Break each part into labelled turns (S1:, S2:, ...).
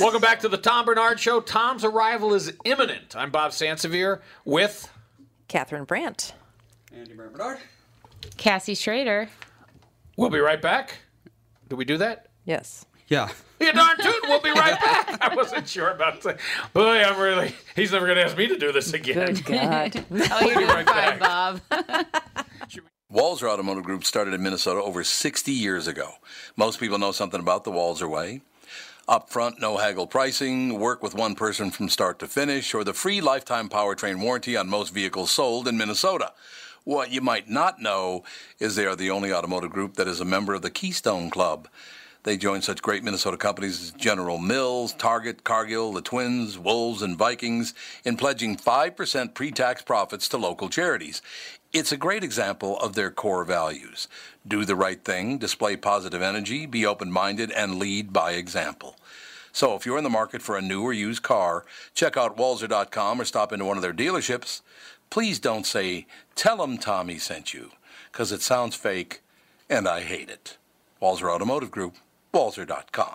S1: Welcome back to the Tom Bernard Show. Tom's arrival is imminent. I'm Bob Sansevier with
S2: Catherine Brandt.
S3: Andy Brand Bernard.
S4: Cassie Schrader.
S1: We'll be right back. Do we do that?
S2: Yes.
S3: Yeah.
S1: You darn tootin', we'll be right back. I wasn't sure about that. Boy, I'm really, he's never going to ask me to do this again.
S2: Good God.
S4: Oh, you're doing
S1: right
S4: fine,
S1: back.
S4: Bob.
S5: Walzer Automotive Group started in Minnesota over 60 years ago. Most people know something about the Walzer way. Upfront, no haggle pricing, work with one person from start to finish, or the free lifetime powertrain warranty on most vehicles sold in Minnesota. What you might not know is they are the only automotive group that is a member of the Keystone Club. They join such great Minnesota companies as General Mills, Target, Cargill, the Twins, Wolves, and Vikings in pledging 5% pre tax profits to local charities. It's a great example of their core values do the right thing, display positive energy, be open minded, and lead by example. So if you're in the market for a new or used car, check out Walzer.com or stop into one of their dealerships. Please don't say, Tell them Tommy sent you, because it sounds fake and I hate it. Walzer Automotive Group, Walzer.com.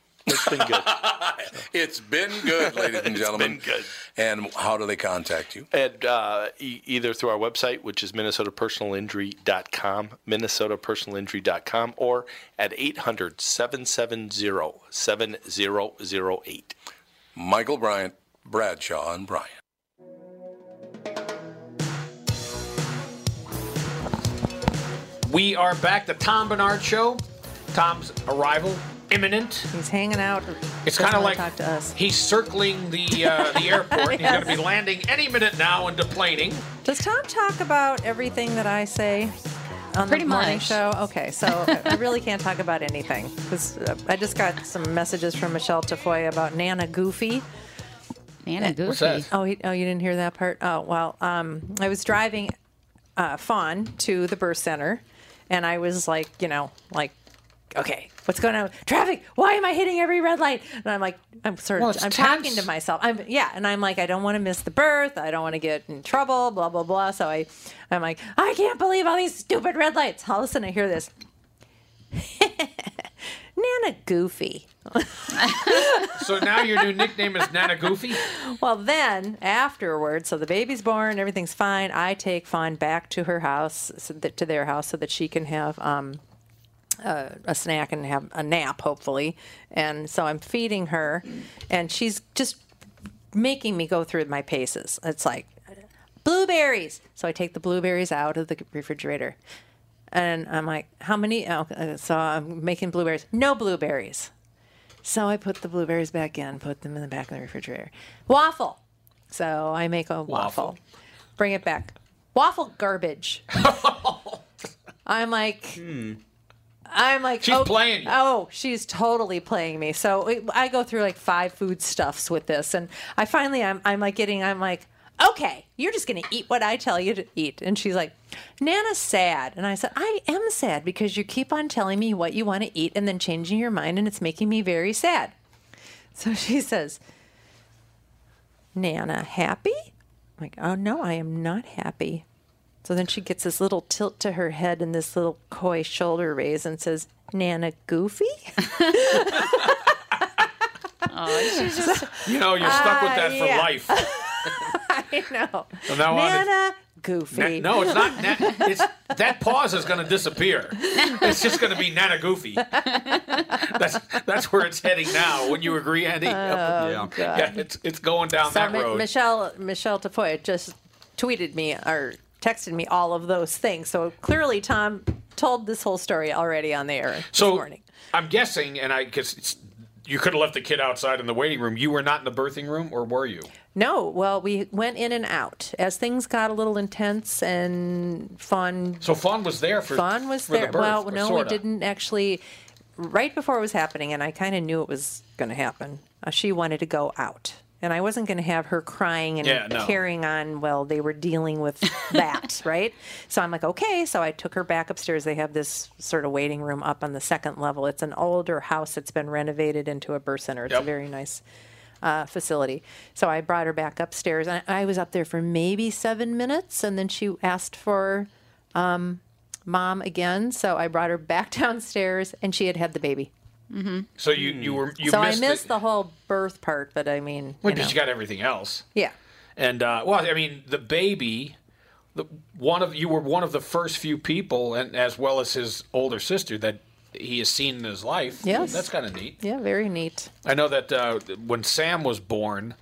S6: It's been good.
S5: It's been good, ladies and gentlemen.
S6: been good.
S5: And how do they contact you?
S6: And uh, e- either through our website, which is minnesotapersonalinjury.com, minnesotapersonalinjury.com, or at 800-770-7008.
S5: Michael Bryant, Bradshaw, and Bryant.
S1: We are back, the Tom Bernard Show. Tom's arrival imminent.
S2: He's hanging out.
S1: It's
S2: Doesn't
S1: kind of like
S2: wanna Talk to us.
S1: he's circling the uh, the airport. He's going to be landing any minute now and deplaning.
S2: Does Tom talk about everything that I say on
S4: Pretty
S2: the morning
S4: much.
S2: show? Okay, so I- I really can't talk about anything because I just got some messages from Michelle Tafoya about Nana Goofy.
S4: Nana Goofy.
S1: that?
S2: Oh, he, oh, you didn't hear that part? Oh, well, um, I was driving uh, Fawn to the birth center, and I was like, you know, like, okay, what's going on? Traffic? Why am I hitting every red light? And I'm like, I'm sort of,
S1: Well, it's
S2: I'm talking
S1: tense.
S2: to myself. I'm yeah, and I'm like, I don't want to miss the birth. I don't want to get in trouble. Blah blah blah. So I, I'm like, I can't believe all these stupid red lights. All of a sudden, I hear this. Nana Goofy.
S1: So now your new nickname is Nana Goofy.
S2: Well, then afterwards, so the baby's born, everything's fine. I take Fawn back to her house, so that, to their house, so that she can have um, uh, a, a snack and have a nap, hopefully. And so I'm feeding her, and she's just making me go through my paces. It's like blueberries. So I take the blueberries out of the refrigerator. And I'm like, how many? Oh, uh, so I'm making blueberries. No blueberries. So I put the blueberries back in, put them in the back of the refrigerator. Waffle. So I make a waffle.
S1: Waffle.
S2: Bring it back. Waffle garbage. I'm like, I'm like,
S1: She's
S2: oh,
S1: playing you.
S2: Oh, she's totally playing me. So it, I go through like five foodstuffs with this, and I finally, I'm, I'm like getting, I'm like, okay, you're just gonna eat what I tell you to eat. And she's like, Nana's sad, and I said, I am sad because you keep on telling me what you want to eat and then changing your mind, and it's making me very sad. So she says, Nana, happy? I'm like, oh no, I am not happy. So then she gets this little tilt to her head and this little coy shoulder raise and says, Nana Goofy?
S1: You know, you're stuck with that for
S2: Uh, yeah.
S1: life.
S2: I know.
S1: So now on it's-
S2: Nana Goofy.
S1: Na- no, it's not. Na- it's, that pause is going to disappear. It's just going to be Nana Goofy. That's that's where it's heading now. When you agree, Andy. yeah. yeah, it's it's going down
S2: So
S1: that
S2: Oh, Mi-
S1: road.
S2: Michelle Michelle Tafoya just tweeted me or texted me all of those things. So clearly Tom told this whole story already on the air this
S1: so
S2: morning.
S1: I'm guessing, and I because you could have left the kid outside in the waiting room. You were not in the birthing room, or were you?
S2: No, well, we went in and out as things got a little intense and fun
S1: So Fawn was there for
S2: Fawn was
S1: for
S2: there.
S1: The birth,
S2: well,
S1: or
S2: no,
S1: sorta.
S2: we didn't actually. Right before it was happening, and I kind of knew it was going to happen. Uh, she wanted to go out, and I wasn't going to have her crying and
S1: Yeah, no.
S2: carrying on while they were dealing with that, right? So I'm like, okay. So I took her back upstairs. They have this sort of waiting room up on the second level. It's an older house that's been renovated into a birth center. It's
S1: Yep.
S2: a very nice uh, facility. So I brought her back upstairs, and I I was up there for maybe seven minutes, and then she asked for um, mom again. So I brought her back downstairs, and she had had the baby.
S1: So you you were you
S2: so
S1: missed
S2: I missed
S1: it.
S2: the whole birth part, but I mean,
S1: Well,
S2: you know.
S1: because you got everything else.
S2: yeah,
S1: And uh, well, I mean, the baby, the one of you were one of the first few people, and as well as his older sister that he has seen in his life.
S2: Yes.
S1: that's kind of neat.
S2: yeah, very neat.
S1: I know that uh, when Sam was born,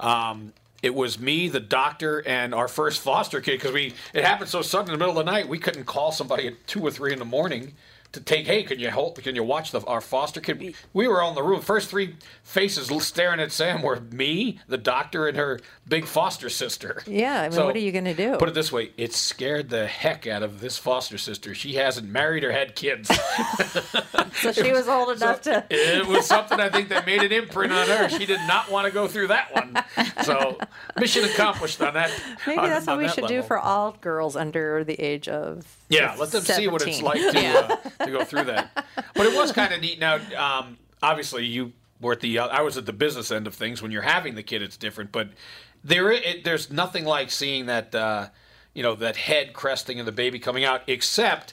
S1: um, it was me, the doctor, and our first foster kid because we it happened so sudden in the middle of the night we couldn't call somebody at two or three in the morning. To take, hey, can you help? Can you watch the, our foster kid? We, we were all in the room. First three faces staring at Sam were me, the doctor, and her big foster sister.
S2: Yeah, I mean, what are you gonna do?
S1: Put it this way: it scared the heck out of this foster sister. She hasn't married or had kids.
S2: So she was old enough to.
S1: it was something I think that made an imprint on her. She did not want to go through that one. So mission accomplished on that.
S2: Maybe
S1: on-
S2: that's what
S1: on
S2: we
S1: that
S2: should do
S1: level.
S2: for all girls under the age of.
S1: Yeah, let them see what it's
S2: 17.
S1: like to, uh, to go through that. But it was kind of neat. Now, um, obviously, you were at the uh, I was at the business end of things. When you're having the kid, it's different. But there, i- it, there's nothing like seeing that uh, you know that head cresting and the baby coming out. Except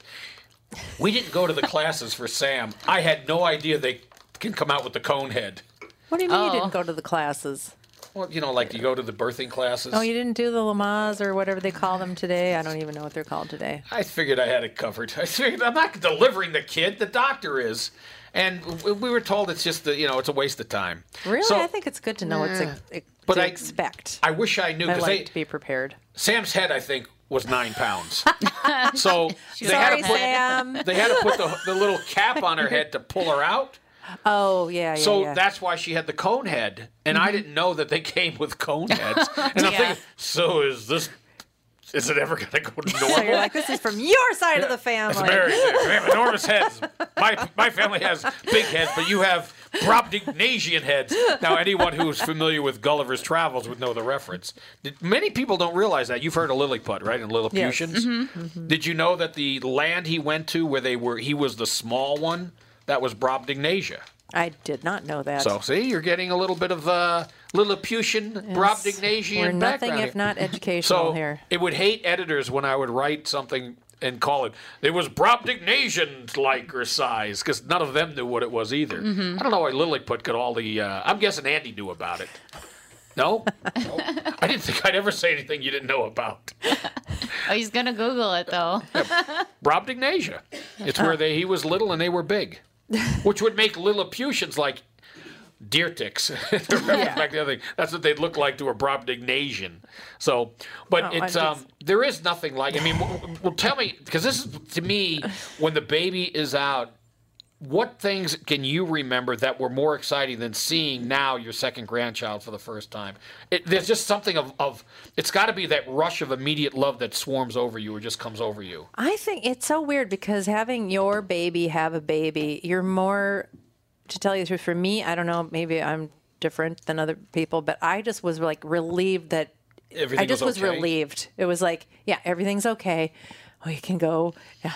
S1: we didn't go to the classes for Sam. I had no idea they can come out with the cone head.
S2: What do you mean you
S4: Oh.
S2: didn't go to the classes?
S1: Well, you know, like you go to the birthing classes.
S2: Oh, you didn't do the Lamas or whatever they call them today. I don't even know what they're called today.
S1: I figured I had it covered. I figured I'm not delivering the kid. The doctor is. And w- we were told it's just, the, you know, it's a waste of time.
S2: Really,
S1: So,
S2: I think it's good to know what's ex- ex-
S1: But
S2: to
S1: I-
S2: expect.
S1: I wish I knew
S2: I
S1: because
S2: like to be prepared.
S1: Sam's head, I think, was nine pounds. so they had,
S2: Sorry,
S1: to put,
S2: Sam.
S1: they had to put the, the little cap on her head to pull her out.
S2: Oh yeah, yeah.
S1: So
S2: yeah. Mm-hmm.
S1: that's why she had the cone head. And I didn't know that they came with cone heads. And I'm thinking, so is this, is it ever going to go to normal?
S2: So you're like, this is from your side of the family.
S1: It's very serious. We have enormous heads. My my family has big heads, but you have Brobdingnagian heads. Now, anyone who's familiar with Gulliver's Travels would know the reference. Did, many people don't realize that. You've heard of Lilliput, right? And Lilliputians.
S4: Mm-hmm.
S2: Mm-hmm.
S1: Did you know that the land he went to, where they were, he was the small one. That was Brobdingnagia.
S2: I did not know that.
S1: So, see, you're getting a little bit of uh, Lilliputian, Brobdingnagian
S2: We're nothing
S1: background here.
S2: if not educational
S1: So
S2: here.
S1: it would hate editors when I would write something and call it it was Brobdignasian like or size because none of them knew what it was either. I don't know why Lilliput could all the. Uh, I'm guessing Andy knew about it. No, Nope. I didn't think I'd ever say anything you didn't know about
S4: Oh, he's gonna Google it though.
S1: Brobdignasia. It's where they, he was little and they were big, which would make Lilliputians like deer ticks. They're back the other thing. That's what they look like to a Brobdignasian. So, but
S2: Oh, I
S1: it's
S2: did-
S1: um, there is nothing like. I mean, w- w- well, tell me because this is to me when the baby is out. What things can you remember that were more exciting than seeing now your second grandchild for the first time? It, there's just something of, of it's got to be that rush of immediate love that swarms over you or just comes over you.
S2: I think it's so weird because having your baby have a baby, you're more, to tell you the truth, for me, I don't know, maybe I'm different than other people, but I just was like relieved that
S1: Everything
S2: I just was,
S1: was okay?
S2: relieved. It was like, yeah, everything's okay. We can go. Yeah.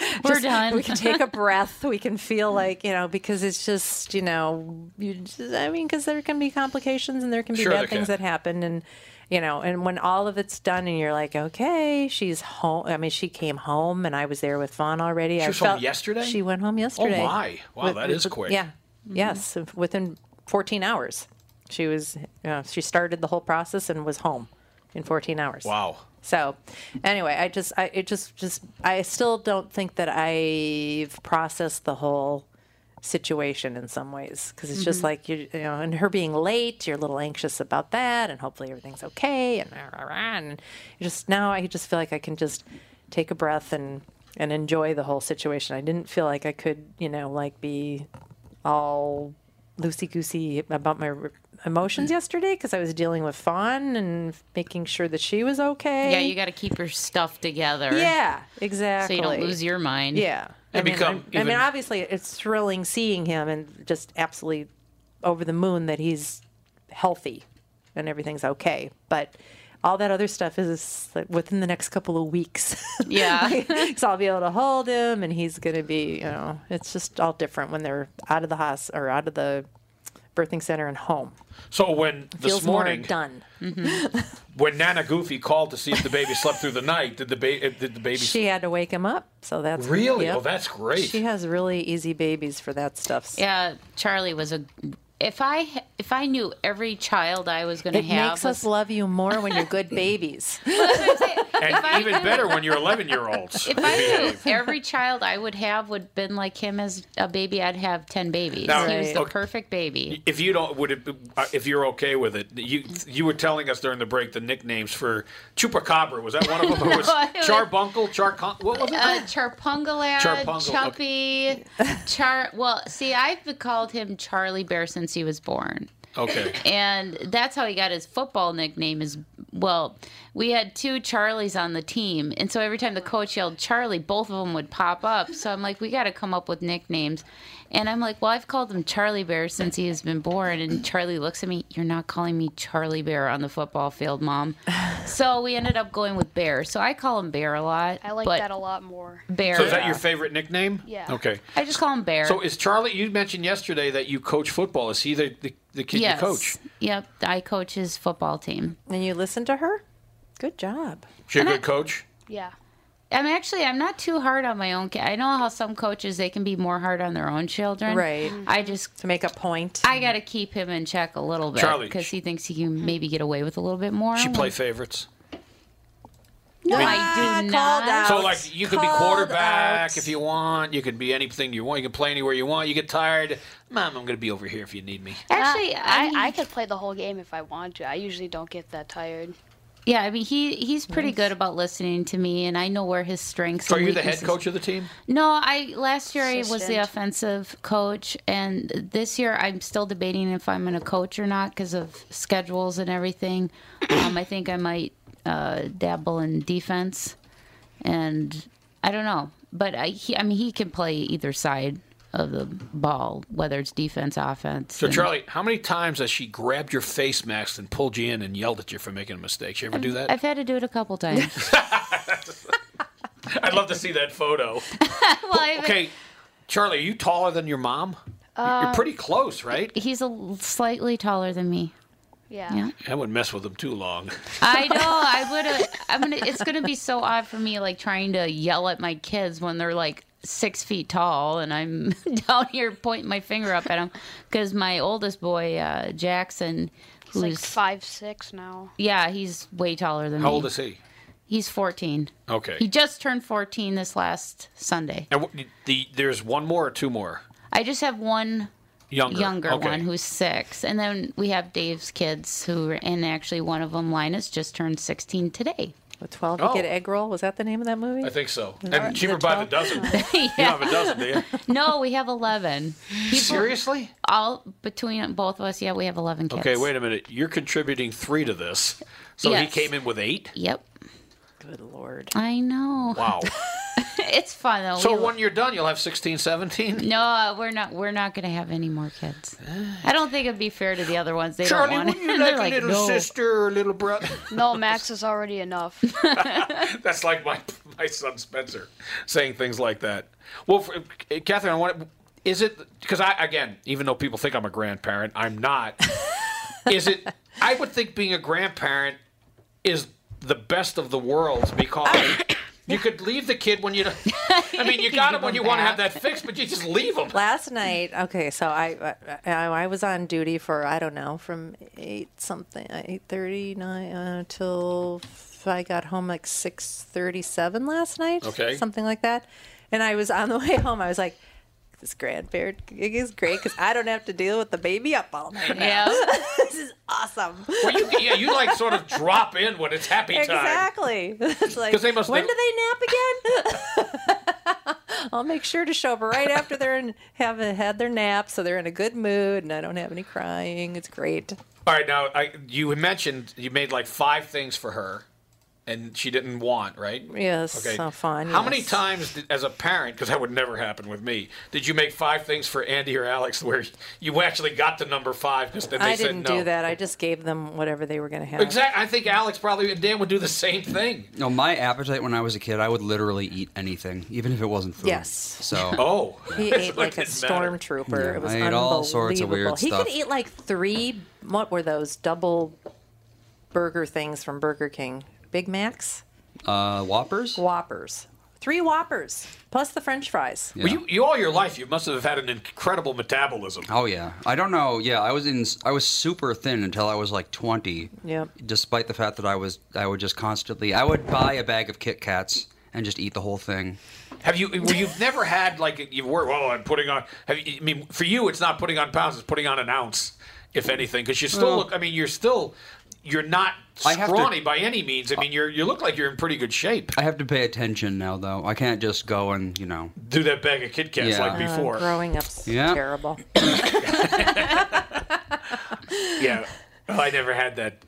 S4: We're
S2: Just-
S4: done.
S2: We can take a breath. We can feel like, you know, because it's just, you know, you just, I mean, because there can be complications and there can be
S1: Sure, there
S2: bad things
S1: can.
S2: that happen. And, you know, and when all of it's done and you're like, okay, she's home. I mean, she came home and I was there with Vaughn already. She I
S1: was home yesterday? Oh,
S2: She went home yesterday.
S1: my. Wow, that is quick.
S2: Yeah. Mm-hmm. Yes. Within 14 hours. She was, you know, she started the whole process and was home in 14 hours.
S1: Wow.
S2: So, anyway, I just, I it just, just, I still don't think that I've processed the whole situation in some ways because it's just like you, you know, and her being late, you're a little anxious about that, and hopefully everything's okay, and rah, rah, rah, and you just now I just feel like I can just take a breath and and enjoy the whole situation. I didn't feel like I could, you know, like be all loosey goosey about my re- emotions yesterday because I was dealing with Fawn and making sure that she was okay.
S4: Yeah, you got to keep your stuff together.
S2: yeah,
S4: So
S2: exactly.
S4: you don't lose your mind.
S2: Yeah. I mean,
S1: become
S2: I'm- I mean,
S1: even-
S2: obviously, it's thrilling seeing him and just absolutely over the moon that he's healthy and everything's okay. But all that other stuff is like, within the next couple of weeks.
S4: Yeah.
S2: so I'll be able to hold him, and he's going to be, you know, it's just all different when they're out of the house or out of the birthing center and home.
S1: So when this
S2: Feels
S1: morning
S2: more done.
S1: when Nana Goofy called to see if the baby slept through the night, did the ba- uh, did the baby
S2: She had to wake him up, so that's
S1: really?
S2: yep.
S1: Oh, that's great.
S2: She has really easy babies for that stuff.
S4: Yeah, Charlie was a. If I if I knew every child I was going to
S2: It
S4: have,
S2: makes
S4: was-
S2: us love you more when you're good babies.
S1: and
S4: I
S1: even
S4: knew-
S1: better when you're 11 year olds.
S4: if I knew every child I would have would been like him as a baby, I'd have ten babies.
S1: Now-
S4: he was the
S1: Right.
S4: perfect baby.
S1: If you don't, would it, be- uh, if you're okay with it, you you were telling us during the break the nicknames for chupacabra. Was that one of them? Or was
S4: No, it was-
S1: charbuncle, charcon? What was it?
S4: Uh, Charpungalad,
S1: Charpungal,
S4: Chuppy, Char. Well, see, I've called him Charlie Bear since he was born.
S1: okay.
S4: and that's how he got his football nickname is well we had two charlies on the team and so every time the coach yelled charlie both of them would pop up so i'm like we got to come up with nicknames and i'm like well i've called him charlie bear since he has been born and charlie looks at me you're not calling me charlie bear on the football field mom so we ended up going with bear so i call him bear a lot
S3: I like
S4: but
S3: that a lot more.
S4: bear
S1: So is that your favorite nickname?
S3: Yeah.
S1: Okay.
S4: i just call him bear
S1: So is Charlie? You mentioned yesterday that you coach football. Is he the the, the kid
S4: yes
S1: you coach?
S4: yep i coach his football team
S2: and you listen to her? Good job.
S1: Is she a good coach?
S3: Yeah.
S4: I'm actually I'm not too hard on my own kid. I know how some coaches they can be more hard on their own children.
S2: Right.
S4: I just
S2: To make a point.
S4: I got to keep him in check a little bit
S1: Charlie,
S4: because he thinks he can maybe get away with a little bit more.
S1: She play favorites.
S4: No, I do
S2: called
S4: not.
S2: out.
S1: So like you could be
S2: Called
S1: quarterback
S2: out.
S1: if you want. You could be anything you want. You can play anywhere you want. You get tired, mom. I'm gonna be over here if you need me.
S4: Actually,
S3: I,
S4: I,
S3: I could play the whole game if I want to. I usually don't get that tired.
S4: yeah, I mean he he's pretty good about listening to me, and I know where his strengths.
S1: So Uh, are
S4: and
S1: you the head
S4: weaknesses-
S1: coach of the team?
S4: No, I last year I was the
S3: Assistant.
S4: offensive coach, and this year I'm still debating if I'm going to coach or not because of schedules and everything. Um, I think I might uh, dabble in defense, and I don't know. But I, he, I mean, he can play either side of the ball, whether it's defense, offense.
S1: So
S4: and-
S1: Charlie, how many times has she grabbed your face mask and pulled you in and yelled at you for making a mistake? She ever do that?
S4: I've had to do it a couple times.
S1: I'd love to see that photo.
S4: well, I've-
S1: Okay, Charlie, are you taller than your mom?
S4: Uh,
S1: You're pretty close, right?
S4: um, He's a l- slightly taller than me.
S3: Yeah.
S4: Yeah.
S1: I wouldn't mess with him too long.
S4: I know. I would have. I'm gonna. It's gonna be so odd for me, like trying to yell at my kids when they're like six feet tall, and I'm down here pointing my finger up at them because my oldest boy uh, Jackson,
S3: It's
S4: who's
S3: like five six now.
S4: yeah, he's way taller than
S1: How
S4: me.
S1: old is he?
S4: He's 14.
S1: Okay.
S4: He just turned 14 this last Sunday.
S1: And what, the, there's one more or two more.
S4: I just have one
S1: Younger, okay.
S4: one who's six, and then we have Dave's kids who, are, and actually one of them, Linus, just turned sixteen today.
S2: With 12, you get
S1: Oh.
S2: egg roll. Was that the name of that movie?
S1: I think so. And
S2: Alright, is
S1: cheaper
S2: it
S1: by the dozen. You don't have a dozen, do you?
S4: No, we have eleven. People,
S1: Seriously?
S4: all between both of us, yeah, we have eleven kids.
S1: Okay, wait a minute. You're contributing three to this. So he
S4: Yes.
S1: came in with eight?
S4: Yep,
S2: Good lord.
S4: I know.
S1: Wow.
S4: It's fun though.
S1: so
S4: We-
S1: when you're done, you'll have 16, 17?
S4: Oh, No, we're not. We're not going to have any more kids. I don't think it'd be fair to the other ones. They
S1: Charlie,
S4: don't want
S1: would
S4: it.
S1: you
S4: They're
S1: like, a little
S4: no.
S1: sister or a little brother?
S3: No, Max is already enough.
S1: That's like my my son Spencer saying things like that. Well, for, uh, Catherine, I want is it because I again, even though people think I'm a grandparent, I'm not. is it? I would think being a grandparent is the best of the worlds because. You could leave the kid when you. I mean, you got him when you want to have that fixed, but you just leave him.
S2: Last night, okay, so I, I I was on duty for I don't know from eight something uh, eight thirty nine uh, till I got home like six thirty seven last night,
S1: Okay.
S2: something like that. And I was on the way home. I was like, this grandparent gig is great because I don't have to deal with the baby up all night. now.
S4: Yeah.
S2: this is awesome.
S1: Well, you, yeah, you like sort of drop in when it's happy time.
S2: Exactly. It's like
S1: 'Cause they must-
S2: when
S1: they-
S2: do they nap again? I'll make sure to show up right after they're in, have had their nap, so they're in a good mood, and I don't have any crying. It's great.
S1: All right, now I, you mentioned you made like five things for her, and she didn't want, right?
S2: Yes, so fun,
S1: How many
S2: yes.
S1: times, did, as a parent, because that would never happen with me, did you make five things for Andy or Alex where you actually got to number five because then they
S2: I
S1: said
S2: didn't
S1: no?
S2: do that. I just gave them whatever they were going to have.
S1: Exactly. I think Alex probably and Dan would do the same thing.
S7: No, my appetite when I was a kid, I would literally eat anything, even if it wasn't food.
S2: Yes.
S7: So
S1: Oh,
S2: He
S1: It
S2: ate like a
S1: didn't matter.
S2: stormtrooper.
S7: Yeah,
S2: it was
S7: I ate
S2: unbelievable.
S7: all sorts of weird
S2: he
S7: stuff.
S2: could eat like three. What were those double burger things from Burger King? Big Macs,
S5: Oh.
S7: uh, Whoppers.
S2: Whoppers, three Whoppers, plus the French fries.
S1: Well, you, you all your life you must have had an incredible metabolism.
S7: Oh yeah, I don't know. Yeah, I was in. I was super thin until I was like twenty.
S2: Yep.
S7: Despite the fact that I was, I would just constantly. I would buy a bag of Kit Kats and just eat the whole thing.
S1: Have you? Well, you've never had like you were. Well, I'm putting on. Have you, I mean, for you, it's not putting on pounds; it's putting on an ounce, if anything, because you still
S7: Well-
S1: look. I mean, you're still. You're not
S7: I have to-
S1: scrawny by any means. I mean, you're you look like you're in pretty good shape.
S7: I have to pay attention now, though. I can't just go and you know.
S1: Do that bag of Kit Kats
S7: Yeah.
S1: like
S2: Oh,
S1: before.
S2: Growing up's
S7: Yeah.
S2: terrible.
S1: yeah, Well, I never had that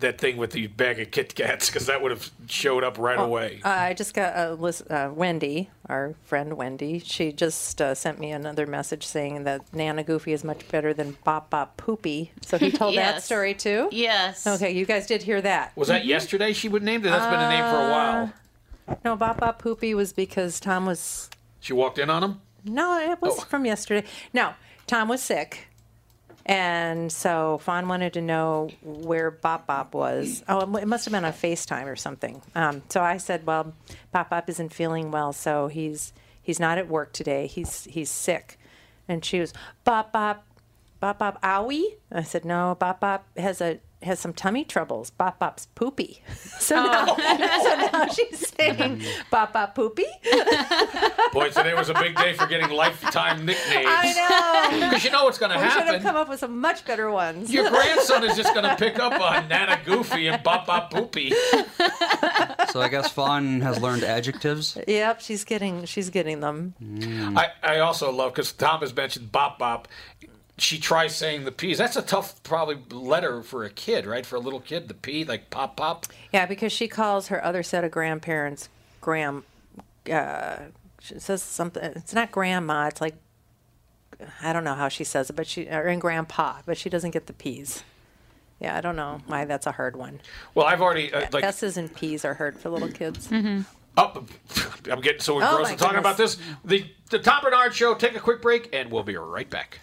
S1: that thing with the bag of Kit Kats because that would have showed up right away.
S2: Uh, I just got a list, uh, Wendy, our friend Wendy. She just uh, sent me another message saying that Nana Goofy is much better than Bop Bop Poopy. So he told that
S4: Yes.
S2: story Mm-hmm. too.
S4: Yes.
S2: Okay, you guys did hear that.
S1: was that yesterday she would named it? That's been a name for a
S2: Uh.
S1: while.
S2: No, Bop Bop Poopy was because Tom was.
S1: She walked in on him.
S2: No, it was
S1: Oh.
S2: from yesterday. No, Tom was sick. And so Fawn wanted to know where Bop Bop was. Oh, it must have been on FaceTime or something. Um, so I said, "Well, Bop Bop isn't feeling well, so he's he's not at work today. He's he's sick." And she was, "Bop Bop, Bop Bop, owie." I said, "No, Bop Bop has a has some tummy troubles. Bop Bop's poopy." So
S4: Oh.
S2: now,
S1: Oh.
S2: so now she's saying,
S8: Mm-hmm.
S2: "Bop Bop poopy."
S1: Boy, today was a big day for getting lifetime nicknames.
S2: I know.
S1: Because you know what's going to
S2: We should have
S1: happen.
S2: come up with some much better ones.
S1: Your grandson is just going to pick up on Nana Goofy and Bop Bop Poopy.
S7: So I guess Fawn has learned adjectives.
S2: Yep, she's getting she's getting them.
S1: I, I also love because Tom has mentioned Bop Bop. She tries saying the P's. That's a tough, probably letter for a kid, right? For a little kid, the P, like pop pop.
S2: Yeah, because she calls her other set of grandparents grand. Uh, she says something. It's not grandma. It's like I don't know how she says it, but she or in grandpa, but she doesn't get the P's. Yeah, I don't know why that's a hard one.
S1: Well, I've already uh, like
S2: S's and P's are hard for little kids.
S1: up. I'm getting so
S2: Oh my
S1: engrossed in talking about
S2: goodness.
S1: this. The the Tom Bernard Show. Take a quick break, and we'll be right back.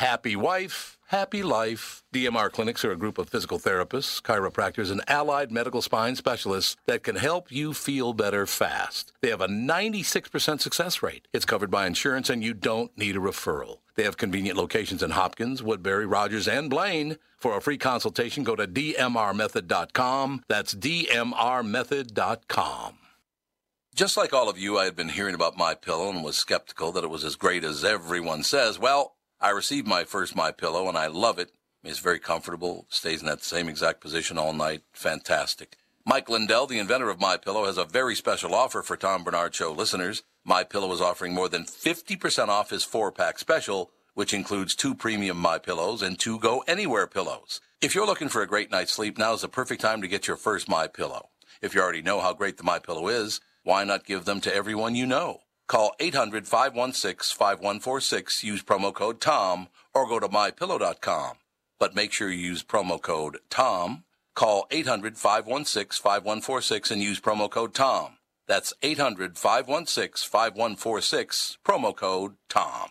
S5: Happy wife, happy life. DMR clinics are a group of physical therapists, chiropractors, and allied medical spine specialists that can help you feel better fast. They have a 96% success rate. It's covered by insurance, and you don't need a referral. They have convenient locations in Hopkins, Woodbury, Rogers, and Blaine. For a free consultation, go to dmrmethod.com. That's dmrmethod.com. Just like all of you, I had been hearing about my pillow and was skeptical that it was as great as everyone says. Well, I received my first my pillow and I love it. It's very comfortable, stays in that same exact position all night. Fantastic. Mike Lindell, the inventor of my pillow, has a very special offer for Tom Bernard show listeners. My pillow is offering more than 50% off his 4-pack special, which includes two premium my pillows and two go anywhere pillows. If you're looking for a great night's sleep, now is the perfect time to get your first my pillow. If you already know how great the my pillow is, why not give them to everyone you know? Call 800 516 5146, use promo code TOM, or go to mypillow.com. But make sure you use promo code TOM. Call 800 516 5146 and use promo code TOM. That's 800 516 5146, promo code TOM.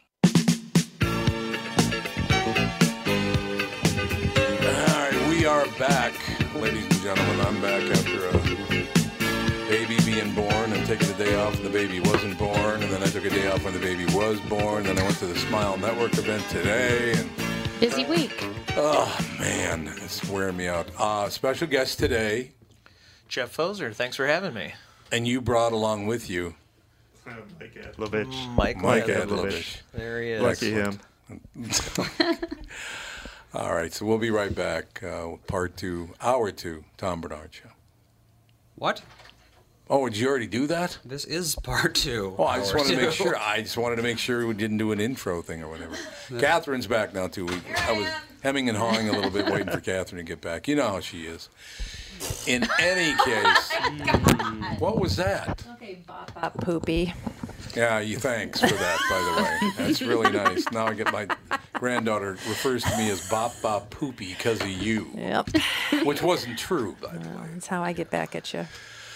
S5: All right, we are back, ladies and gentlemen. I'm back after a baby being born and taking the day off when the baby wasn't born, and then I took a day off when the baby was born. Then I went to the Smile Network event today, and
S4: Busy week.
S5: oh man, it's wearing me out. Uh, special guest today,
S8: Jeff Foser, thanks for having me.
S5: and you brought along with you
S9: Little bitch.
S8: Mike,
S5: Mike
S8: Leather-
S5: Adlovich.
S8: There he is.
S9: Lucky him.
S5: All right, so we'll be right back. Uh, with part two, hour two, Tom Bernard show.
S7: What?
S5: Oh, did you already do that?
S7: This is part two.
S5: Oh, I just
S7: Hour
S5: wanted to make
S7: two.
S5: sure. I just wanted to make sure we didn't do an intro thing or whatever. Catherine's back now too. We, I was hemming and hawing a little bit, waiting for Catherine to get back. You know how she is. In any case, what was that?
S2: Bop poopy.
S5: Yeah, you thanks for that, by the way. That's really nice. Now I get my granddaughter refers to me as Bop Bop Poopy because of you,
S2: Yep.
S5: which wasn't true, by the way.
S2: That's how I get back at you.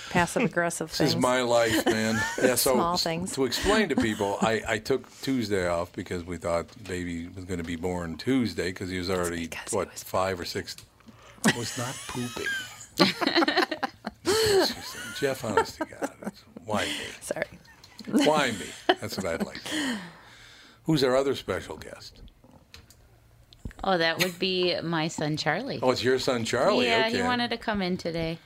S2: Passive aggressive
S5: This
S2: things.
S5: is my life, man. Yeah, so
S2: Small
S5: s-
S2: things.
S5: to explain to people, I, I took Tuesday off because we thought baby was going to be born Tuesday because he was already
S2: because he
S5: what
S2: was-
S5: five or six. Was not pooping. Jeff, honest to God, that's- why me?
S2: Sorry.
S5: Why me? That's what I'd like. Who's our other special guest?
S4: Oh, that would be my son Charlie.
S5: Oh, it's your son Charlie.
S4: yeah,
S5: okay.
S4: he wanted to come in today.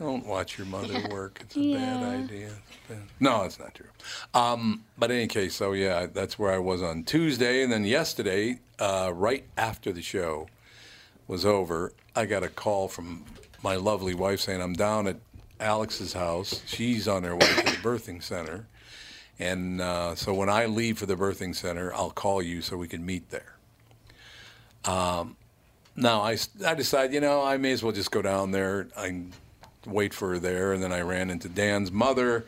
S5: Don't watch your mother work. It's a bad
S4: Yeah.
S5: idea. It's bad. No, it's not true. Um, but in any case, so yeah, that's where I was on Tuesday, and then yesterday, uh, right after the show was over, I got a call from my lovely wife saying I'm down at Alex's house. She's on her way to the birthing center, and uh, so when I leave for the birthing center, I'll call you so we can meet there. No, I, s- I decided, you know, I may as well just go down there. I wait for her there. And then I ran into Dan's mother.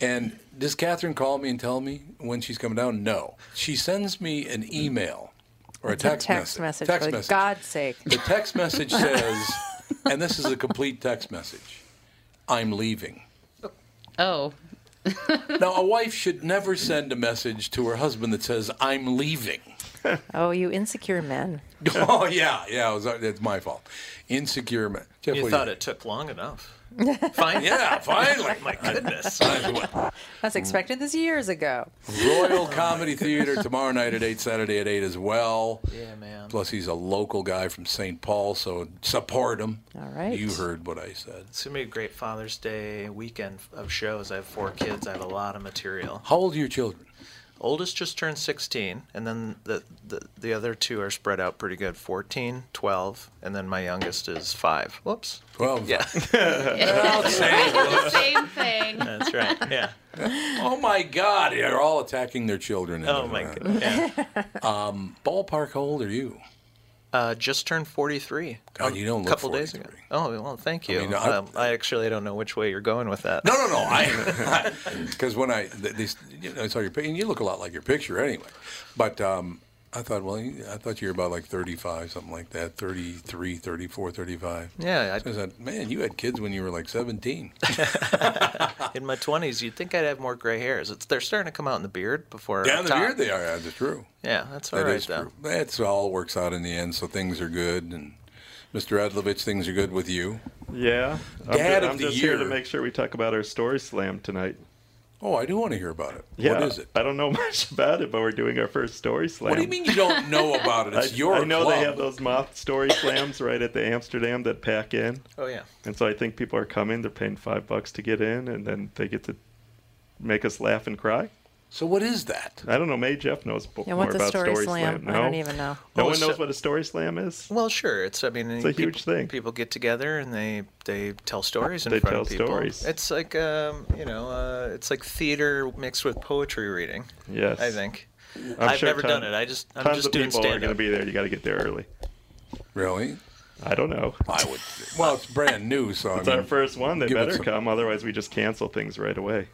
S5: And does Catherine call me and tell me when she's coming down? No. She sends me an email or a text,
S2: Text message.
S5: Text
S2: for
S5: message.
S2: God's sake.
S5: The text message says, and this is a complete text message I'm leaving.
S4: Oh,
S5: Now, a wife should never send a message to her husband that says, I'm leaving.
S2: Oh, you insecure men.
S5: oh, yeah, yeah, it was, it's my fault. Insecure man. Jeff, what
S8: You
S5: do
S8: thought it took long enough. Fine.
S5: Yeah, finally.
S8: My goodness.
S2: I was expecting this years ago.
S5: Royal Comedy Theater tomorrow night at 8, Saturday at 8 as well.
S8: yeah, man.
S5: Plus, he's a local guy from St. Paul, so support him.
S2: All right.
S5: You heard what I said.
S8: It's gonna be a great Father's Day weekend of shows. I have four kids. I have a lot of material.
S5: How old are your children?
S8: Oldest just turned 16, and then the, the the other two are spread out pretty good. 14, 12, and then my youngest is five. Whoops.
S5: 12.
S8: Yeah,
S4: same thing.
S8: that's right. Yeah.
S5: Oh, my God. They're all attacking their children. in Um,
S8: Oh
S5: the
S8: my
S5: round.
S8: god. Yeah.
S5: Ballpark, how old are you?
S8: Uh, just turned 43.
S5: God, you don't
S8: A
S5: look
S8: couple days ago. Oh well, thank you. I,
S5: mean, I-
S8: um, I actually don't know which way you're going with that.
S5: No, no, no. I because when I th- these, you know, I saw your picture, and you look a lot like your picture anyway. But um, I thought, well, you- I thought you were about like 35, something like that, 33, 34, 35.
S8: Yeah,
S5: I, so I said, man, you had kids when you were like 17.
S8: in my 20s, you'd think I'd have more gray hairs. It's, they're starting to come out in the beard before.
S5: Yeah,
S8: up
S5: the
S8: top.
S5: beard they are. yeah, That's true.
S8: Yeah, that's all
S5: That
S8: right
S5: is
S8: though.
S5: true. That's all works out in the end, so things are good. And Mr. Adlovich, things are good with you.
S9: Yeah. I'm
S5: Dad
S9: ju-
S5: of
S9: I'm
S5: the
S9: just
S5: year.
S9: here to make sure we talk about our story slam tonight.
S5: Oh, I do want to hear about it.
S9: Yeah,
S5: What is it?
S9: I don't know much about it, but we're doing our first story slam.
S5: What do you mean you don't know about it? It's
S9: I,
S5: your
S9: I know
S5: club.
S9: they have those moth story slams right at the Amsterdam that pack in.
S8: Oh, yeah.
S9: And so I think people are coming. They're paying five bucks to get in, and then they get to make us laugh and cry.
S5: So what is that?
S9: I don't know. May Jeff knows bo-
S8: Yeah,
S9: more
S8: what's a
S9: about
S8: story slam?
S9: No?
S8: I don't even know.
S9: No
S8: Oh,
S9: one
S8: so-
S9: knows what a story slam is.
S8: Well, sure. It's I mean,
S9: It's a huge
S8: people,
S9: thing.
S8: People get together and they they tell stories in
S9: They
S8: front
S9: tell
S8: of people.
S9: stories.
S8: It's like um, you know, uh, it's like theater mixed with poetry reading.
S9: Yes.
S8: I think.
S9: I'm
S8: have
S9: sure
S8: never
S9: ton-
S8: done it. I just I'm
S9: tons
S8: just
S9: of
S8: doing
S9: people are
S8: stand
S9: going to
S8: up.
S9: be there. You got to get there early.
S5: Really?
S9: I don't know.
S5: I would. Well, it's brand new, so
S9: It's
S5: I mean,
S9: our first one. They
S5: give it
S9: better
S5: some-
S9: come, otherwise we just cancel things right away.